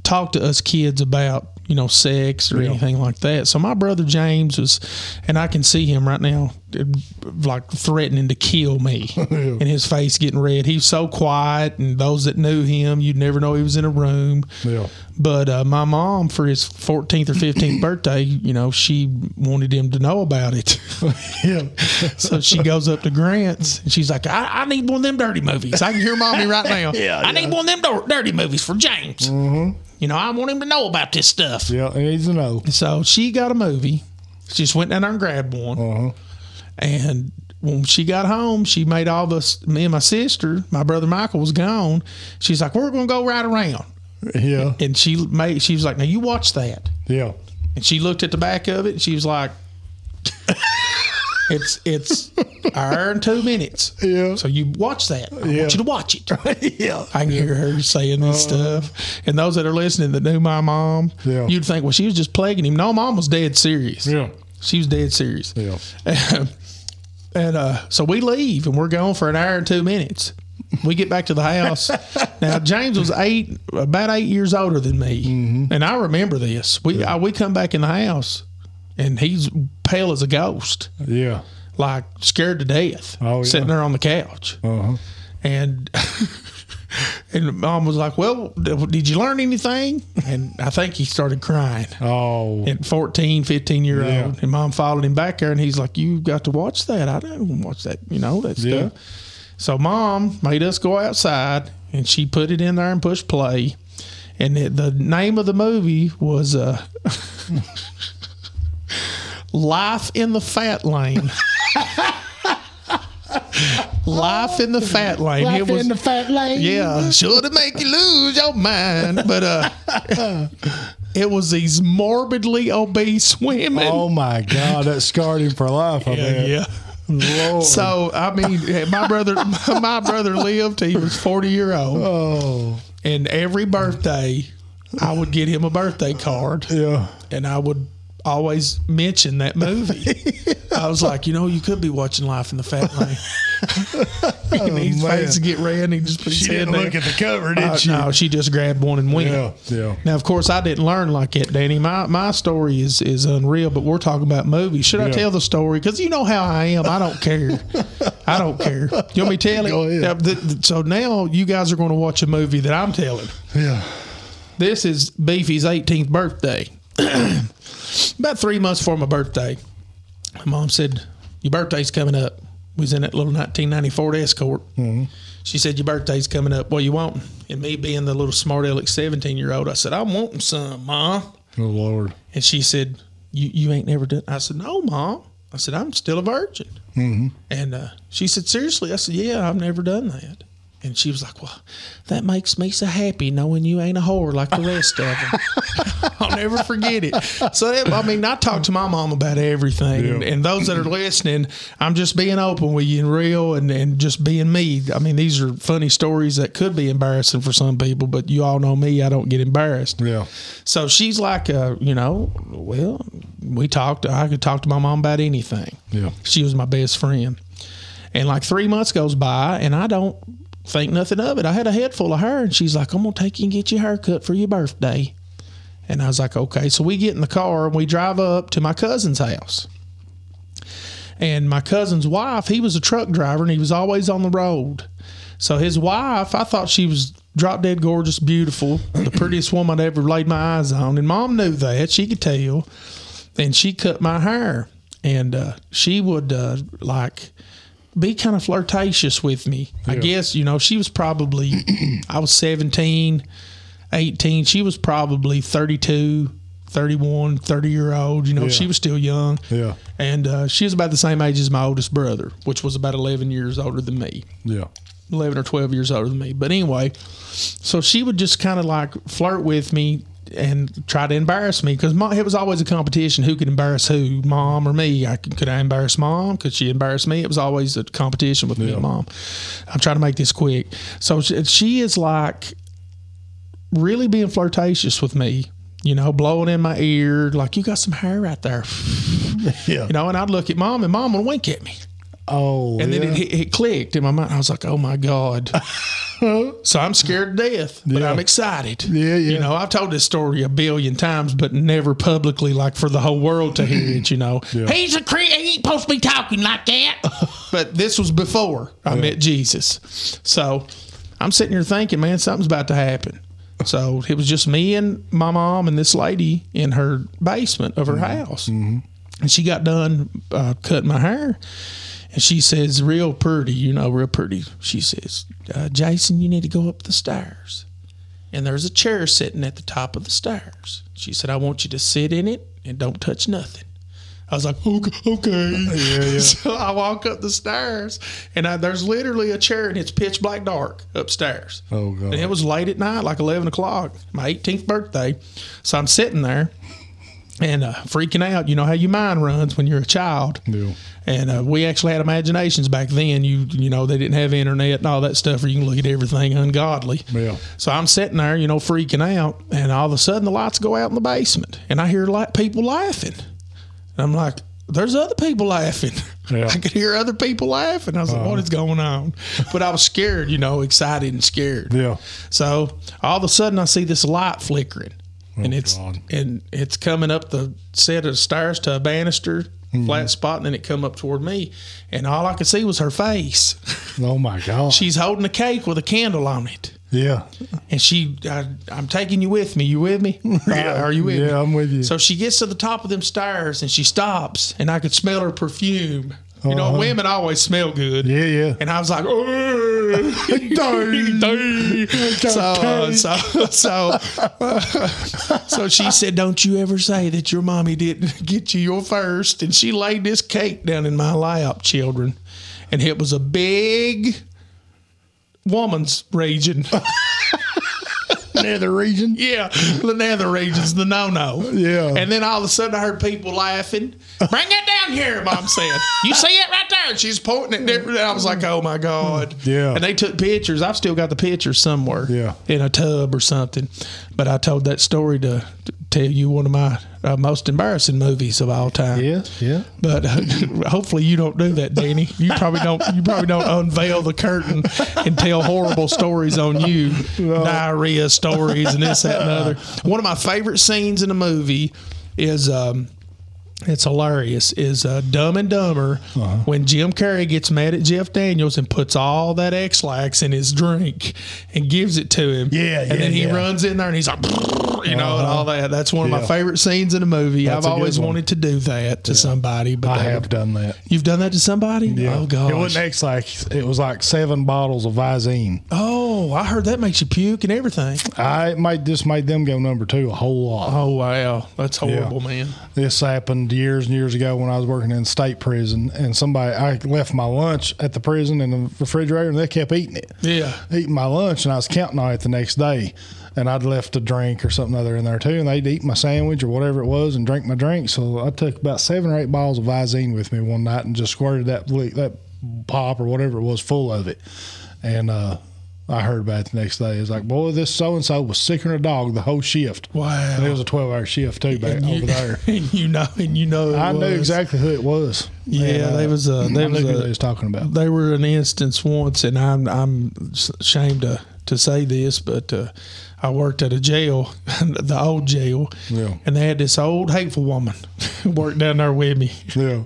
Speaker 1: talk to us kids about, you know, sex or anything like that. So my brother James was, and I can see him right now, eh, like threatening to kill me and his face getting red. He's so quiet. And those that knew him, you'd never know he was in a room.
Speaker 2: yeah.
Speaker 1: But uh, my mom, for his 14th or 15th birthday, you know, she wanted him to know about it. <laughs>
Speaker 2: Yeah.
Speaker 1: so she goes up to Grant's and she's like, I, I need one of them dirty movies. I can hear mommy right now.
Speaker 2: <laughs> Yeah, Mm-hmm.
Speaker 1: I need one of them dir- dirty movies for James. You know, I want him to know about this stuff.
Speaker 2: Yeah, it needs to know.
Speaker 1: So she got a movie. She just went down there and grabbed one.
Speaker 2: Uh-huh.
Speaker 1: And when she got home, she made all of us, me and my sister, my brother Michael was gone. She's like, we're going to go right around.
Speaker 2: Yeah,
Speaker 1: And she made, she was like, now you watch that. <laughs>
Speaker 2: yeah.
Speaker 1: And she looked at the back of it and she was like, it's, it's hour and two minutes.
Speaker 2: Yeah.
Speaker 1: So you watch that. I
Speaker 2: Yeah.
Speaker 1: want you to watch it.
Speaker 2: yeah.
Speaker 1: I can hear her saying this stuff. And those that are listening that knew my mom,
Speaker 2: Uh-huh. Yeah.
Speaker 1: you'd think, well, she was just plaguing him. No, mom was dead serious.
Speaker 2: Yeah.
Speaker 1: She was dead serious.
Speaker 2: Yeah.
Speaker 1: And uh, so we leave and we're gone for an hour and two minutes. We get back to the
Speaker 2: <laughs>
Speaker 1: house. now James was eight, about eight years older than me,
Speaker 2: Mm-hmm.
Speaker 1: and I remember this. We I, we come back in the house, and he's pale as a ghost,
Speaker 2: Yeah.
Speaker 1: like scared to death,
Speaker 2: Oh, yeah.
Speaker 1: sitting there on the couch.
Speaker 2: Uh-huh.
Speaker 1: And <laughs> and mom was like, "Well, did you learn anything?" And I think he started crying
Speaker 2: Oh.
Speaker 1: at 14, 15 year
Speaker 2: Yeah.
Speaker 1: old. And mom followed him back there and he's like, You've got to watch that. I don't watch that, you know, that
Speaker 2: Yeah.
Speaker 1: stuff. So mom made us go outside and she put it in there and pushed play. And it, the name of the movie was
Speaker 2: <laughs>
Speaker 1: uh, Life in the Fat Lane. <laughs> Life in the Fat Lane. it was,
Speaker 2: fat lane.
Speaker 1: yeah, sure to make you lose your mind. But uh, <laughs> it was these morbidly obese women.
Speaker 2: Oh my God, that scarred him for life. I
Speaker 1: yeah,
Speaker 2: bet.
Speaker 1: yeah.
Speaker 2: Lord.
Speaker 1: So I mean, my brother, <laughs> my brother lived. He was forty year old,
Speaker 2: oh.
Speaker 1: and every birthday, I would get him a birthday card,
Speaker 2: Yeah.
Speaker 1: and I would always mention that
Speaker 2: <laughs>
Speaker 1: movie. I was like, you know, you could be watching Life in the Fat
Speaker 2: <laughs>
Speaker 1: Lane. <laughs> and his
Speaker 2: Oh, man.
Speaker 1: face would get red. and He just put his head down.
Speaker 2: the cover, did
Speaker 1: Uh, No, she just grabbed one and went.
Speaker 2: Yeah, yeah.
Speaker 1: Now, of course, I didn't learn like that, Danny. My my story is is unreal, but we're talking about movies. Should I
Speaker 2: Yeah.
Speaker 1: tell the story? Because you know how I am. I don't care. I don't care. You want me to tell it?
Speaker 2: Go ahead.
Speaker 1: Now, th- th- so now you guys are going to watch a movie that I'm telling.
Speaker 2: Yeah.
Speaker 1: This is Beefy's 18th birthday. <clears throat> About three months before my birthday, my mom said, Your birthday's coming up. We was in that little 1994 Escort. She said, Your birthday's coming up. What you want? And me being the little smart aleck 17 year old, I said, I'm wanting some, Ma.
Speaker 2: Oh Lord.
Speaker 1: And she said, you, you ain't never done. I said, No, Mom. I said, I'm still a virgin. And uh, she said, Seriously? I said, Yeah, I've never done that. And she was like, Well, that makes me so happy knowing you ain't a whore like the rest of them. <laughs> I'll never forget it. So, that, I mean, I talk to my mom about everything. And,
Speaker 2: Yeah.
Speaker 1: and those that are listening, I'm just being open with you and real and, and just being me. I mean, these are funny stories that could be embarrassing for some people, but you all know me. I don't get embarrassed.
Speaker 2: Yeah.
Speaker 1: So she's like, uh, you know, well, we talked. I could talk to my mom about anything.
Speaker 2: Yeah.
Speaker 1: She was my best friend. And like three months goes by, and I don't think nothing of it. I had a head full of her, and she's like, I'm going to take you and get your hair cut for your birthday. And I was like, okay. So we get in the car and we drive up to my cousin's house. And my cousin's wife, he was a truck driver and he was always on the road. So his wife, I thought she was drop dead gorgeous, beautiful, the prettiest woman I'd ever laid my eyes on. And mom knew that. She could tell. And she cut my hair. And uh, she would uh, like be kind of flirtatious with me. I
Speaker 2: Yeah.
Speaker 1: guess, you know, she was probably, <clears throat> I was 17, 18. She was probably 32, 31, 30 year old. You know,
Speaker 2: Yeah.
Speaker 1: she was still young.
Speaker 2: Yeah.
Speaker 1: And uh, she was about the same age as my oldest brother, which was about 11 years older than me,
Speaker 2: Yeah.
Speaker 1: 11 or 12 years older than me. But anyway, so she would just kind of like flirt with me and try to embarrass me because it was always a competition who could embarrass who, mom or me. I could, could I embarrass mom? Could she embarrass me? It was always a competition with me and mom. I'm trying to make this quick. So she, she is like really being flirtatious with me. You know, blowing in my ear, like you got some hair right there.
Speaker 2: Yeah.
Speaker 1: You know, and I'd look at mom, and mom would wink at me,
Speaker 2: Oh.
Speaker 1: and
Speaker 2: yeah.
Speaker 1: then it, hit- it clicked in my mind. I was like, "Oh my
Speaker 2: <laughs>
Speaker 1: god!" so I'm scared to death, but
Speaker 2: Yeah.
Speaker 1: I'm excited.
Speaker 2: Yeah, yeah.
Speaker 1: You know, I've told this story a billion times, but never publicly, like for the whole world to hear it. You know, he's a creep. He ain't supposed to be talking like
Speaker 2: <laughs>
Speaker 1: that. but this was before I met Jesus, so I'm sitting here thinking, man, something's about to happen. So it was just me and my mom and this lady in her basement of her
Speaker 2: Mm-hmm.
Speaker 1: house. And she got done uh, cutting my hair. And she says, real pretty, you know, real pretty. She says, uh, Jason, you need to go up the stairs. and there's a chair sitting at the top of the stairs. She said, I want you to sit in it and don't touch nothing. I was like, okay.
Speaker 2: <laughs>
Speaker 1: okay. <laughs> So I walk up the stairs, and I, there's literally a chair, and it's pitch black dark upstairs.
Speaker 2: Oh, God.
Speaker 1: And it was late at night, like 11 o'clock, my 18th birthday. So I'm sitting there and uh, freaking out. You know how your mind runs when you're a child.
Speaker 2: Yeah.
Speaker 1: And uh, we actually had imaginations back then. You you know they didn't have internet and all that stuff, where you can look at everything ungodly.
Speaker 2: Yeah.
Speaker 1: So I'm sitting there, you know, freaking out, and all of a sudden the lights go out in the basement, and I hear like people laughing, and I'm like, "There's other people laughing."
Speaker 2: Yeah.
Speaker 1: <laughs>
Speaker 2: Uh-huh.
Speaker 1: I could hear other people laughing. I was like, "What is going on?" But I was scared, you know, excited and scared.
Speaker 2: Yeah.
Speaker 1: So all of a sudden, I see this light flickering, and it's
Speaker 2: Oh, God.
Speaker 1: and it's coming up the set of stairs to a banister
Speaker 2: Mm-hmm.
Speaker 1: flat spot, and then it come up toward me, and all I could see was her face.
Speaker 2: <laughs> Oh my God.
Speaker 1: She's holding a cake with a candle on it,
Speaker 2: yeah.
Speaker 1: and she, I, I'm taking you with me. You with
Speaker 2: <laughs>
Speaker 1: me? Are- Are you with me?
Speaker 2: Yeah, I'm with you.
Speaker 1: So she gets to the top of them stairs and she stops, and I could smell her perfume. You know, women always smell good.
Speaker 2: Uh-huh. Yeah, yeah. <laughs>
Speaker 1: And I was like, "Ugh." <laughs> so, uh, so, so, so she said, "Don't you ever say that your mommy didn't <laughs> get you your first. And she laid this cake down in my lap, children, and it was a big woman's region.
Speaker 2: Nether region.
Speaker 1: Yeah, the nether region's the no no.
Speaker 2: Yeah.
Speaker 1: And then all of a sudden I heard people laughing. Bring that down here, Mom said. You see it right there. And she's pointing at different. I was like, oh my God.
Speaker 2: Yeah.
Speaker 1: And they took pictures. I've still got the pictures somewhere.
Speaker 2: Yeah.
Speaker 1: In a tub or something. But I told that story to, to tell you one of my uh, most embarrassing movies of all time.
Speaker 2: Yeah, yeah.
Speaker 1: But uh, <laughs> hopefully you don't do that, Danny. You probably don't. You probably don't unveil the curtain and tell horrible stories on you, diarrhea stories, and this, that, and the other. One of my favorite scenes in a movie is. Um, it's hilarious. Is uh, Dumb and Dumber when Jim Carrey gets mad at Jeff Daniels and puts all that X-Lax in his drink and gives it to him.
Speaker 2: Yeah,
Speaker 1: and
Speaker 2: yeah,
Speaker 1: then he
Speaker 2: yeah.
Speaker 1: runs in there and he's like, you know, and all that. That's one of my
Speaker 2: Yeah.
Speaker 1: favorite scenes in Uh-huh. a movie.
Speaker 2: That's a
Speaker 1: I've
Speaker 2: good
Speaker 1: always
Speaker 2: one.
Speaker 1: wanted to do that to somebody, but
Speaker 2: I
Speaker 1: they-
Speaker 2: have done that.
Speaker 1: You've done that to somebody?
Speaker 2: Yeah.
Speaker 1: Oh god.
Speaker 2: It wasn't X like it was like seven bottles of Visine.
Speaker 1: Oh, I heard that makes you puke and everything.
Speaker 2: I it might just made them go number two a whole lot.
Speaker 1: Oh wow, that's horrible, man.
Speaker 2: This happened years and years ago when I was working in state prison, and somebody I left my lunch at the prison in the refrigerator, and they kept eating it,
Speaker 1: Yeah.
Speaker 2: eating my lunch, and I was counting on it the next day, and I'd left a drink or something other in there too, and they'd eat my sandwich or whatever it was and drink my drink. So I took about seven or eight bottles of Visine with me one night and just squirted that li- that pop or whatever it was full of it, and uh, I heard about it the next day. It's like, boy, this so and so was sicker than a dog the whole shift.
Speaker 1: Wow.
Speaker 2: And it was a twelve hour shift too back
Speaker 1: And you- <laughs>
Speaker 2: over there.
Speaker 1: and you know, and you know, it
Speaker 2: I knew
Speaker 1: was.
Speaker 2: exactly who it was.
Speaker 1: Yeah,
Speaker 2: And,
Speaker 1: they was, uh, they
Speaker 2: I
Speaker 1: was,
Speaker 2: knew who
Speaker 1: uh,
Speaker 2: they was talking
Speaker 1: <laughs>
Speaker 2: about.
Speaker 1: They were an instance once, and I'm I'm ashamed to to say this, but uh, I worked at a jail, <laughs> the old jail,
Speaker 2: Yeah.
Speaker 1: and they had this old hateful woman <laughs> work down there with me.
Speaker 2: Yeah,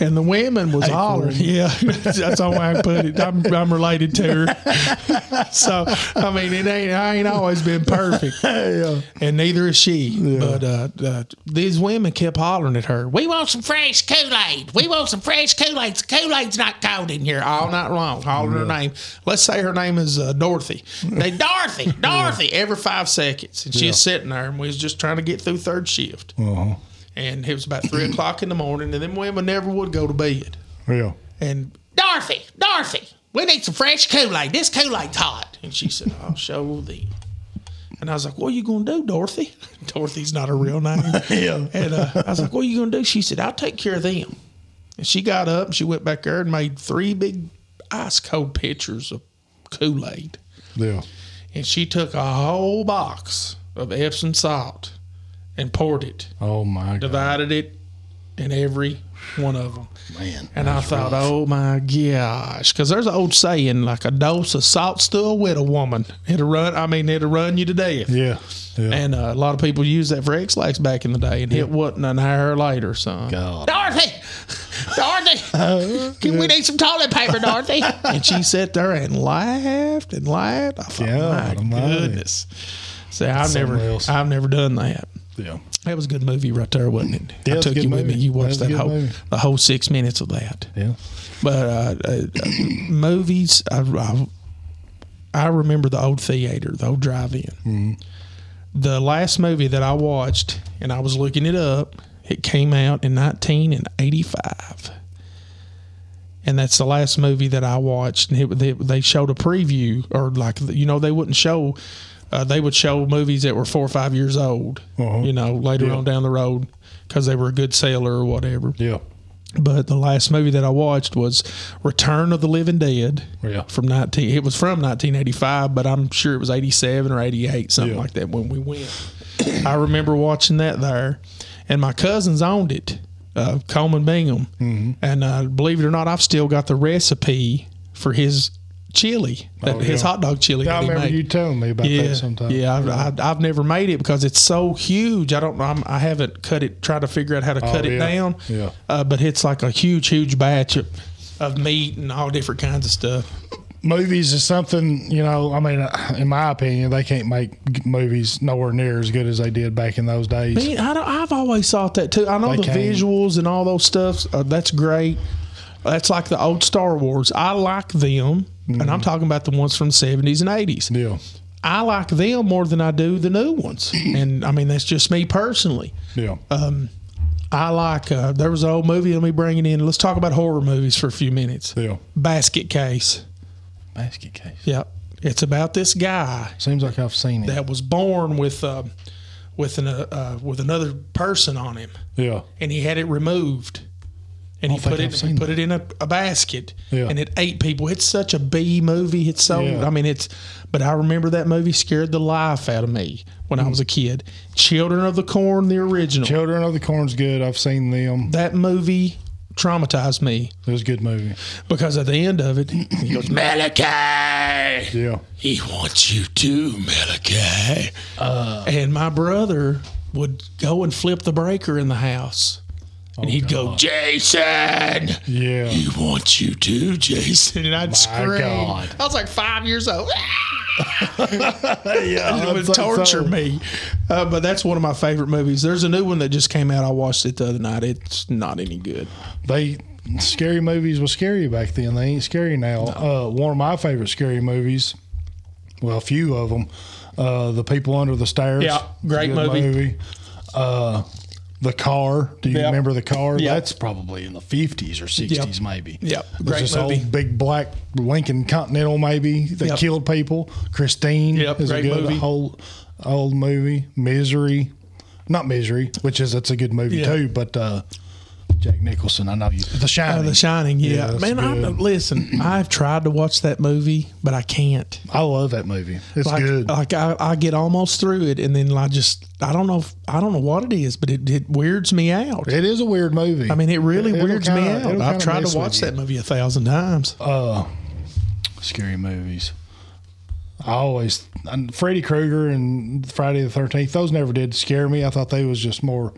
Speaker 1: And the women was hollering. Yeah, <laughs> that's all I put it. I'm, I'm related to her. so I mean, it ain't. I ain't always been perfect,
Speaker 2: yeah,
Speaker 1: and neither is she. But uh, uh, these women kept hollering at her. We want some fresh Kool Aid. We want some fresh Kool Aid. Kool Aid's not cold in here all night long. Hollering her name. Let's say her name is uh, Dorothy. They Dorothy, Dorothy. Every five seconds, and she's sitting there, and we was just trying to get through third shift.
Speaker 2: uh-huh.
Speaker 1: And it was about three o'clock in the morning, and them women never would go to bed
Speaker 2: yeah.
Speaker 1: and Dorothy, Dorothy, we need some fresh Kool Aid. This Kool Aid's hot. And she said, I'll show thee. And I was like, What are you going to do, Dorothy? <laughs> Dorothy's not a real name.
Speaker 2: Yeah.
Speaker 1: And uh, I was like, What are you going to do? She said, I'll take care of them. And she got up and she went back there and made three big ice cold pitchers of Kool Aid.
Speaker 2: Yeah,
Speaker 1: And she took a whole box of Epsom salt and poured it,
Speaker 2: oh my god,
Speaker 1: divided it in every one of them.
Speaker 2: man!
Speaker 1: And I thought, oh my gosh, because there's an old saying like a dose of salt's still with a woman. It'll run. I mean, it'll run you to death.
Speaker 2: Yeah, yeah.
Speaker 1: And uh, a lot of people used that for X-lax back in the day, and it wasn't an hour later, son.
Speaker 2: God. <laughs>
Speaker 1: Dorothy, Dorothy, can we need some toilet paper, Dorothy? <laughs> and she sat there and laughed and laughed. I thought,
Speaker 2: Yeah,
Speaker 1: my
Speaker 2: my.
Speaker 1: goodness. So I've
Speaker 2: Something
Speaker 1: never,
Speaker 2: else.
Speaker 1: I've never done that.
Speaker 2: Yeah,
Speaker 1: That was a good movie right there, wasn't it?
Speaker 2: Yeah, it
Speaker 1: I
Speaker 2: was a
Speaker 1: took
Speaker 2: good
Speaker 1: you with me.
Speaker 2: movie.
Speaker 1: You
Speaker 2: That
Speaker 1: watched
Speaker 2: was a
Speaker 1: that,
Speaker 2: good
Speaker 1: whole
Speaker 2: movie.
Speaker 1: the whole six minutes of that.
Speaker 2: yeah.
Speaker 1: But uh, uh, movies, I, I, I remember the old theater, the old drive-in. The last movie that I watched, and I was looking it up. It came out in 1985, and that's the last movie that I watched. And it, they, they showed a preview, or like you know, they wouldn't show. Uh, they would show movies that were four or five years old.
Speaker 2: Uh-huh.
Speaker 1: You know, later on down the road because they were a good seller or whatever.
Speaker 2: Yeah.
Speaker 1: But the last movie that I watched was Return of the Living Dead.
Speaker 2: Yeah.
Speaker 1: From nineteen, it was from nineteen eighty five, but I'm sure it was eighty seven or eighty eight, something
Speaker 2: Yeah.
Speaker 1: like that, when we went. I remember watching that there, and my cousins owned it, uh, Coleman Bingham,
Speaker 2: Mm-hmm.
Speaker 1: and uh, believe it or not, I've still got the recipe for his chili, that,
Speaker 2: Oh,
Speaker 1: his
Speaker 2: yeah.
Speaker 1: hot dog chili.
Speaker 2: I
Speaker 1: that he
Speaker 2: remember
Speaker 1: made.
Speaker 2: you telling me about
Speaker 1: Yeah,
Speaker 2: that sometime.
Speaker 1: yeah. I've, I've, I've never made it because it's so huge. I don't. I'm, I haven't cut it. Try to figure out how to cut it
Speaker 2: yeah,
Speaker 1: down.
Speaker 2: Oh, yeah.
Speaker 1: Uh, but it's like a huge, huge batch of, of meat and all different kinds of stuff.
Speaker 2: Movies is something, you know, I mean, uh, in my opinion, they can't make g- movies nowhere near as good as they did back in those days.
Speaker 1: Man, I don't, I've always thought that too. I know
Speaker 2: They
Speaker 1: the
Speaker 2: can.
Speaker 1: visuals and all those stuff. Uh, that's great. That's like the old Star Wars. I like them, and I'm talking about the ones from the 70s and 80s.
Speaker 2: Yeah.
Speaker 1: I like them more than I do the new ones, and I mean that's just me personally.
Speaker 2: Yeah.
Speaker 1: I like. Uh, there was an old movie. Let me bring it in. Let's talk about horror movies for a few minutes.
Speaker 2: yeah.
Speaker 1: Basket Case.
Speaker 2: Basket case.
Speaker 1: Yep, it's about this guy
Speaker 2: Seems like I've seen it.
Speaker 1: that was born with uh, with an uh, uh, with another person on him,
Speaker 2: yeah.
Speaker 1: and he had it removed, and he
Speaker 2: don't think
Speaker 1: put it
Speaker 2: I've seen
Speaker 1: he put it in a, a basket,
Speaker 2: Yeah.
Speaker 1: and it ate people. It's such a B movie. It's so.
Speaker 2: Yeah.
Speaker 1: I mean, it's. But I remember that movie scared the life out of me when I was a kid. Children of the Corn, the original.
Speaker 2: Children of the Corn's good. I've seen them.
Speaker 1: that movie traumatized me.
Speaker 2: It was a good movie.
Speaker 1: Because at the end of it,
Speaker 2: <laughs>
Speaker 1: he goes, Malachi!
Speaker 2: Yeah.
Speaker 1: He wants you to, Malachi. and my brother would go and flip the breaker in the house. And he'd
Speaker 2: Oh,
Speaker 1: go, Jason!
Speaker 2: Yeah.
Speaker 1: He wants you to, Jason. And I'd scream.
Speaker 2: God.
Speaker 1: I was like five years old.
Speaker 2: yeah.
Speaker 1: it would torture me. Uh, but that's one of my favorite movies. There's a new one that just came out. I watched it the other night. It's not any good.
Speaker 2: They scary movies was scary back then. They ain't scary now. Uh, one of my favorite scary movies. Well, a few of them. Uh, the people under the stairs.
Speaker 1: Yeah, great
Speaker 2: Good
Speaker 1: movie.
Speaker 2: Uh, the car. Do you
Speaker 1: Yeah.
Speaker 2: remember the car?
Speaker 1: Yeah.
Speaker 2: That's probably in the fifties or sixties, maybe.
Speaker 1: Yep.
Speaker 2: It was
Speaker 1: Great
Speaker 2: this
Speaker 1: movie.
Speaker 2: old big black Lincoln Continental, maybe that
Speaker 1: Yep.
Speaker 2: killed people. Christine
Speaker 1: Yep,
Speaker 2: is
Speaker 1: great
Speaker 2: a good
Speaker 1: movie.
Speaker 2: old old movie. Misery, not Misery, which is it's a good movie
Speaker 1: Yeah.
Speaker 2: too, but. uh Jack Nicholson. I know you. The Shining.
Speaker 1: Oh, The Shining,
Speaker 2: Yeah,
Speaker 1: yeah.
Speaker 2: that's
Speaker 1: Man, I,
Speaker 2: good. <clears throat>
Speaker 1: listen, I've tried to watch that movie, but I can't.
Speaker 2: I love that movie. It's
Speaker 1: Like, uh,
Speaker 2: good.
Speaker 1: like I, I get almost through it, and then I just, I don't know, if, I don't know what it is, but it, it weirds me out.
Speaker 2: it is a weird movie.
Speaker 1: I mean, it really
Speaker 2: It'll
Speaker 1: weirds me
Speaker 2: kinda-
Speaker 1: out.
Speaker 2: it'll
Speaker 1: I've
Speaker 2: kinda
Speaker 1: tried
Speaker 2: mess
Speaker 1: to
Speaker 2: with
Speaker 1: watch
Speaker 2: you. Uh,
Speaker 1: that movie a thousand times.
Speaker 2: scary movies. I always and Freddy Krueger and Friday the Thirteenth. Those never did scare me. I thought they was just more,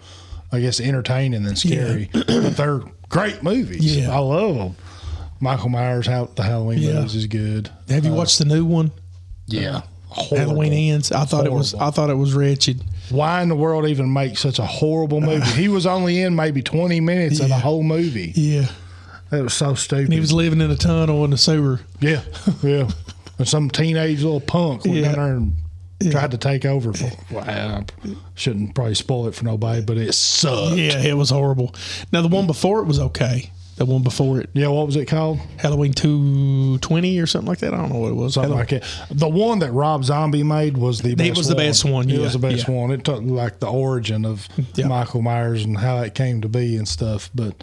Speaker 2: I guess, entertaining than scary. but they're great movies.
Speaker 1: Yeah.
Speaker 2: I love them. Michael Myers, how the Halloween
Speaker 1: Yeah.
Speaker 2: movies is good.
Speaker 1: Have you watched the new one?
Speaker 2: Yeah, horrible.
Speaker 1: Halloween ends. I thought it was. I
Speaker 2: Horrible.
Speaker 1: thought it was wretched.
Speaker 2: Why in the world even make such a horrible movie? he was only in maybe twenty minutes of the
Speaker 1: Yeah.
Speaker 2: whole movie.
Speaker 1: Yeah,
Speaker 2: That was so stupid.
Speaker 1: he was living in a tunnel in the sewer.
Speaker 2: Yeah, <laughs> yeah. And some teenage little punk went
Speaker 1: Yeah.
Speaker 2: down there and tried to take over. For, well, I shouldn't probably spoil it for nobody, but it sucked. Yeah.
Speaker 1: Yeah, it was horrible. Now the one before it was okay. The one before it,
Speaker 2: what was it called?
Speaker 1: Halloween two twenty or something like that. I don't know what it was.
Speaker 2: Something like it. The one that Rob Zombie made was the best
Speaker 1: was the best one,
Speaker 2: It
Speaker 1: yeah,
Speaker 2: was the best
Speaker 1: yeah.
Speaker 2: one. It took like the origin of
Speaker 1: Yeah.
Speaker 2: Michael Myers and how it came to be and stuff. But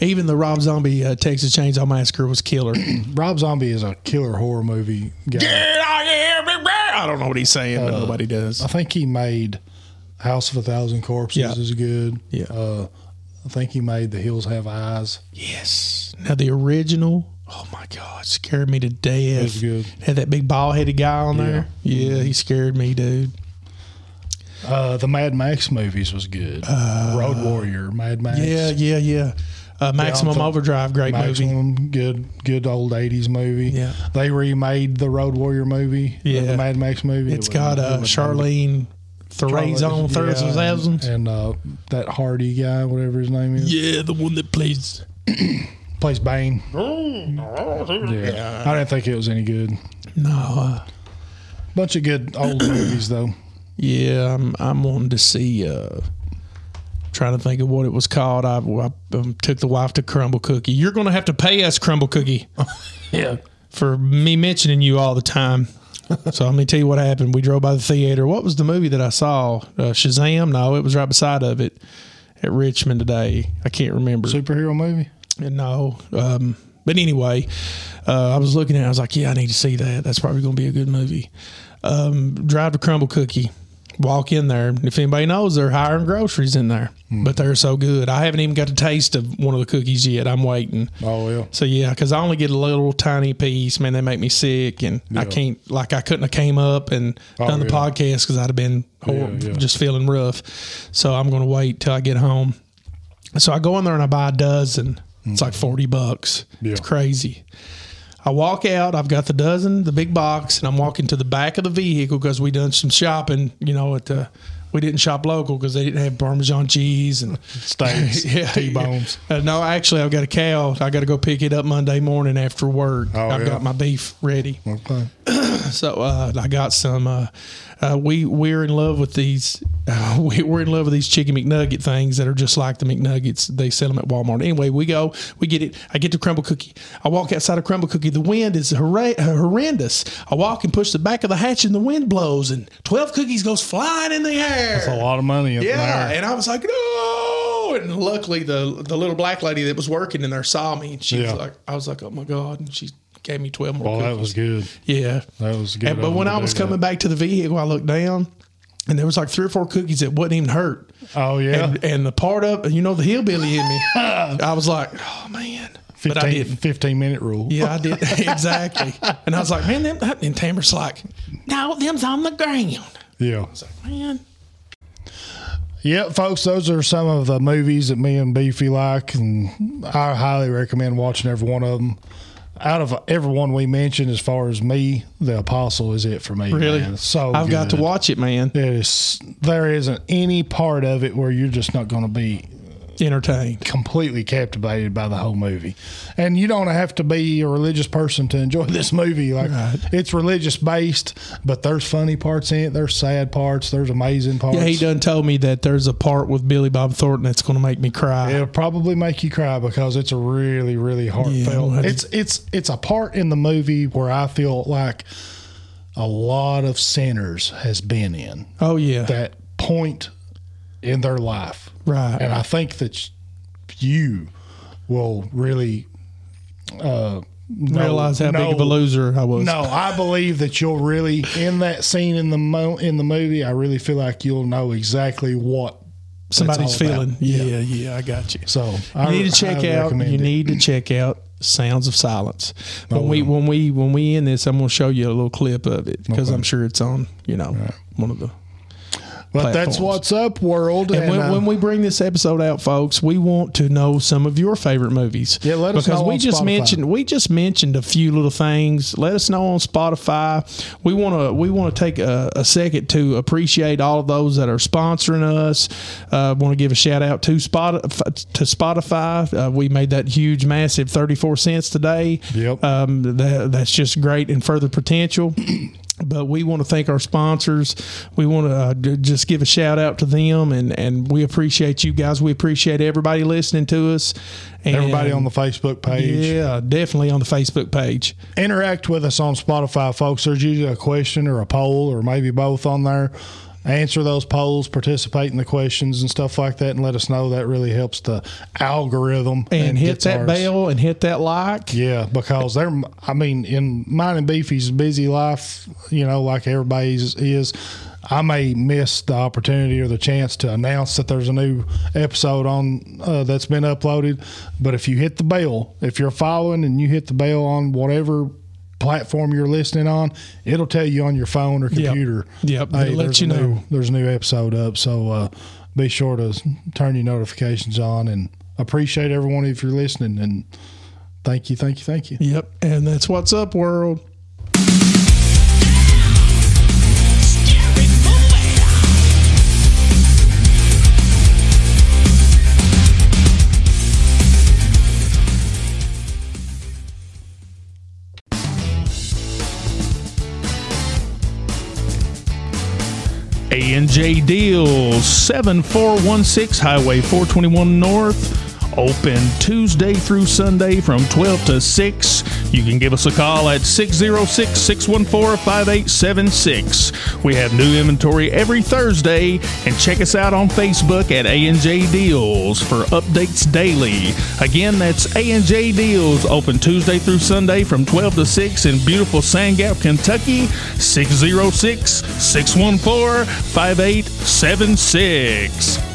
Speaker 1: Even the Rob Zombie uh, Texas Chainsaw Massacre was <clears throat> killer.
Speaker 2: Rob Zombie is a killer horror movie guy.
Speaker 1: I don't know what he's saying,
Speaker 2: Uh,
Speaker 1: but nobody does.
Speaker 2: I think he made House of a Thousand Corpses
Speaker 1: Yeah.
Speaker 2: is good.
Speaker 1: Yeah.
Speaker 2: Uh, I think he made The Hills Have Eyes.
Speaker 1: Yes. Now the original. Oh my God, scared me to death.
Speaker 2: was good.
Speaker 1: Had that big bald headed guy on there. Yeah, he scared me, dude.
Speaker 2: Uh, the Mad Max movies was good. Road Warrior, Mad Max.
Speaker 1: Uh, Yeah, yeah, yeah. Uh, Maximum
Speaker 2: Yeah, I'm-
Speaker 1: Overdrive, great movie.
Speaker 2: Maximum, good, good old eighties movie.
Speaker 1: Yeah.
Speaker 2: they remade the Road Warrior movie. uh, the-
Speaker 1: Yeah.
Speaker 2: the Mad Max movie.
Speaker 1: It's got uh, Charlene Theron's on Thursday's
Speaker 2: and, and uh, that Hardy guy, whatever his name is,
Speaker 1: Yeah, the one that plays
Speaker 2: plays Bane.
Speaker 4: Yeah.
Speaker 2: I didn't think it was any good.
Speaker 1: No. uh,
Speaker 2: Bunch of good old <coughs> movies though.
Speaker 1: Yeah, I'm I'm wanting to see. Uh, trying to think of what it was called. I, I um, took the wife to Crumble Cookie. You're going to have to pay us Crumble Cookie
Speaker 4: Yeah.
Speaker 1: for me mentioning you all the time. so let me tell you what happened. We drove by the theater. What was the movie that I saw? Uh, Shazam? No, it was right beside of it at Richmond today. I can't remember.
Speaker 2: Superhero movie.
Speaker 1: No. Um, but anyway, uh, I was looking at it. I was like, yeah, I need to see that. That's probably going to be a good movie. Um, drive to Crumble Cookie. Walk in there. and If anybody knows, they're hiring groceries in there, but they're so good. I haven't even got a taste of one of the cookies yet. I'm waiting.
Speaker 2: Oh well.
Speaker 1: So yeah, because I only get a little tiny piece. Man, they make me sick, and I
Speaker 2: Yeah.
Speaker 1: can't. Like I couldn't have came up and
Speaker 2: Oh,
Speaker 1: done the
Speaker 2: yeah.
Speaker 1: podcast because I'd have been hor-
Speaker 2: Yeah, yeah.
Speaker 1: just feeling rough. So I'm going to wait till I get home. So I go in there and I buy a dozen. It's like forty bucks. It's
Speaker 2: Mm-hmm. Yeah.
Speaker 1: crazy. I walk out. I've got the dozen, the big box, and I'm walking to the back of the vehicle because we done some shopping. You know, at the we didn't shop local because they didn't have Parmesan cheese
Speaker 2: <laughs>
Speaker 1: and <laughs>
Speaker 2: Steaks.
Speaker 1: yeah,
Speaker 2: T-bones.
Speaker 1: Uh, no, actually, I've got a cow. I got to go pick it up Monday morning after work.
Speaker 2: Oh,
Speaker 1: I've
Speaker 2: yeah.
Speaker 1: got my beef ready.
Speaker 2: Okay.
Speaker 1: <laughs> So uh, I got some. Uh, uh, we we're in love with these. <laughs> Uh, we, we're in love with these chicken McNugget things that are just like the McNuggets. They sell them at Walmart. Anyway, we go. We get it. I get to Crumble Cookie. I walk outside of Crumble Cookie. The wind is horra- horrendous. I walk and push the back of the hatch, and the wind blows, and twelve cookies goes flying in the air.
Speaker 2: That's a lot of money. Up
Speaker 1: Yeah,
Speaker 2: There.
Speaker 1: and I was like, no. And luckily, the the little black lady that was working in there saw me, and she
Speaker 2: Yeah.
Speaker 1: was like, I was like, oh my god, and she gave me twelve more.
Speaker 2: Well,
Speaker 1: cookies.
Speaker 2: that was good.
Speaker 1: yeah,
Speaker 2: That was good.
Speaker 1: And- but
Speaker 2: of
Speaker 1: when
Speaker 2: them
Speaker 1: I
Speaker 2: to
Speaker 1: was
Speaker 2: do
Speaker 1: coming back to the vehicle, I looked down, and there was like three or four cookies that wouldn't even hurt.
Speaker 2: that. Oh yeah.
Speaker 1: And, and the part up, you know, the hillbilly
Speaker 2: <laughs>
Speaker 1: in me, I was like, oh man. But I
Speaker 2: 15,
Speaker 1: didn't.
Speaker 2: 15 minute rule.
Speaker 1: Yeah, I did <laughs> exactly. And I was like, man, them. And Tamara's like, no, them's on the ground.
Speaker 2: Yeah.
Speaker 1: Man,
Speaker 2: Yep, folks, those are some of the movies that me and Beefy like, and I highly recommend watching every one of them. Out of every one we mentioned, as far as me, The Apostle is it for me.
Speaker 1: really?
Speaker 2: man. It's so
Speaker 1: I've got to
Speaker 2: Oh, good.
Speaker 1: watch it, man.
Speaker 2: It is. There isn't any part of it where you're just not going to be
Speaker 1: Entertained.
Speaker 2: completely captivated by the whole movie. And you don't have to be a religious person to enjoy <laughs> this movie. Like it's religious based, but there's funny parts in it. There's sad parts. There's amazing parts.
Speaker 1: Yeah, he done told me that there's a part with Billy Bob Thornton that's going to make me cry.
Speaker 2: It'll probably make you cry because it's a really, really heartfelt.
Speaker 1: Yeah.
Speaker 2: it's it's it's a part in the movie where I feel like a lot of sinners has been in
Speaker 1: Oh yeah,
Speaker 2: that point in their life,
Speaker 1: right.
Speaker 2: and I think that you will really uh, know-
Speaker 1: Realize how big of a
Speaker 2: know-
Speaker 1: loser I was.
Speaker 2: no, I believe that you'll really in that scene in the mo- in the movie. I really feel like you'll know exactly what it's
Speaker 1: somebody's
Speaker 2: all about.
Speaker 1: feeling. Yeah, yeah, I got you.
Speaker 2: So
Speaker 1: You need to check
Speaker 2: highly
Speaker 1: out.
Speaker 2: recommend
Speaker 1: You
Speaker 2: it.
Speaker 1: need to check out Sounds of Silence. When we when we when we end this, I'm going to show you a little clip of it because I'm sure it's on. You know, one of the.
Speaker 2: But
Speaker 1: platforms.
Speaker 2: that's what's up, world.
Speaker 1: And, when,
Speaker 2: uh,
Speaker 1: when we bring this episode out, folks, we want to know some of your favorite movies.
Speaker 2: Yeah, let us
Speaker 1: because
Speaker 2: know
Speaker 1: we
Speaker 2: on
Speaker 1: just
Speaker 2: Spotify.
Speaker 1: mentioned we just mentioned a few little things. Let us know on Spotify. We want to we want to take a, a second to appreciate all of those that are sponsoring us. Uh, want to give a shout out to Spot to Spotify. Uh, we made that huge, massive thirty four cents today.
Speaker 2: Yep.
Speaker 1: Um, that, that's just great and further potential. But we want to thank our sponsors. We want to uh, d- just give a shout out to them, and, and we appreciate you guys. We appreciate everybody listening to us. And
Speaker 2: everybody on the Facebook page,
Speaker 1: yeah, definitely on the Facebook page.
Speaker 2: interact with us on Spotify, folks. There's usually a question or a poll or maybe both on there. Answer those polls, participate in the questions and stuff like that, and let us know. That really helps the algorithm.
Speaker 1: And, hit
Speaker 2: gets
Speaker 1: that
Speaker 2: ours.
Speaker 1: bell and hit that like.
Speaker 2: Yeah, because they're, I mean, in mine and Beefy's busy life, you know, like everybody's is, I may miss the opportunity or the chance to announce that there's a new episode on uh, that's been uploaded. But if you hit the bell, if you're following and you hit the bell on whatever platform you're listening on, it'll tell you on your phone or computer.
Speaker 1: Yep, it'll let
Speaker 2: there's
Speaker 1: you
Speaker 2: a
Speaker 1: know.
Speaker 2: new- there's a new episode up. So uh, be sure to turn your notifications on and appreciate everyone if you're listening. And thank you, thank you, thank you.
Speaker 1: Yep. And that's what's up, world.
Speaker 5: Scary boy.
Speaker 3: A&J Deals, 7416 Highway 421 North. Open Tuesday through Sunday from 12 to 6. You can give us a call at 606 614 5876. We have new inventory every Thursday and check us out on Facebook at A&J Deals for updates daily. Again, that's A&J Deals open Tuesday through Sunday from 12 to 6 in beautiful Sand Gap, Kentucky, 606 614 5876.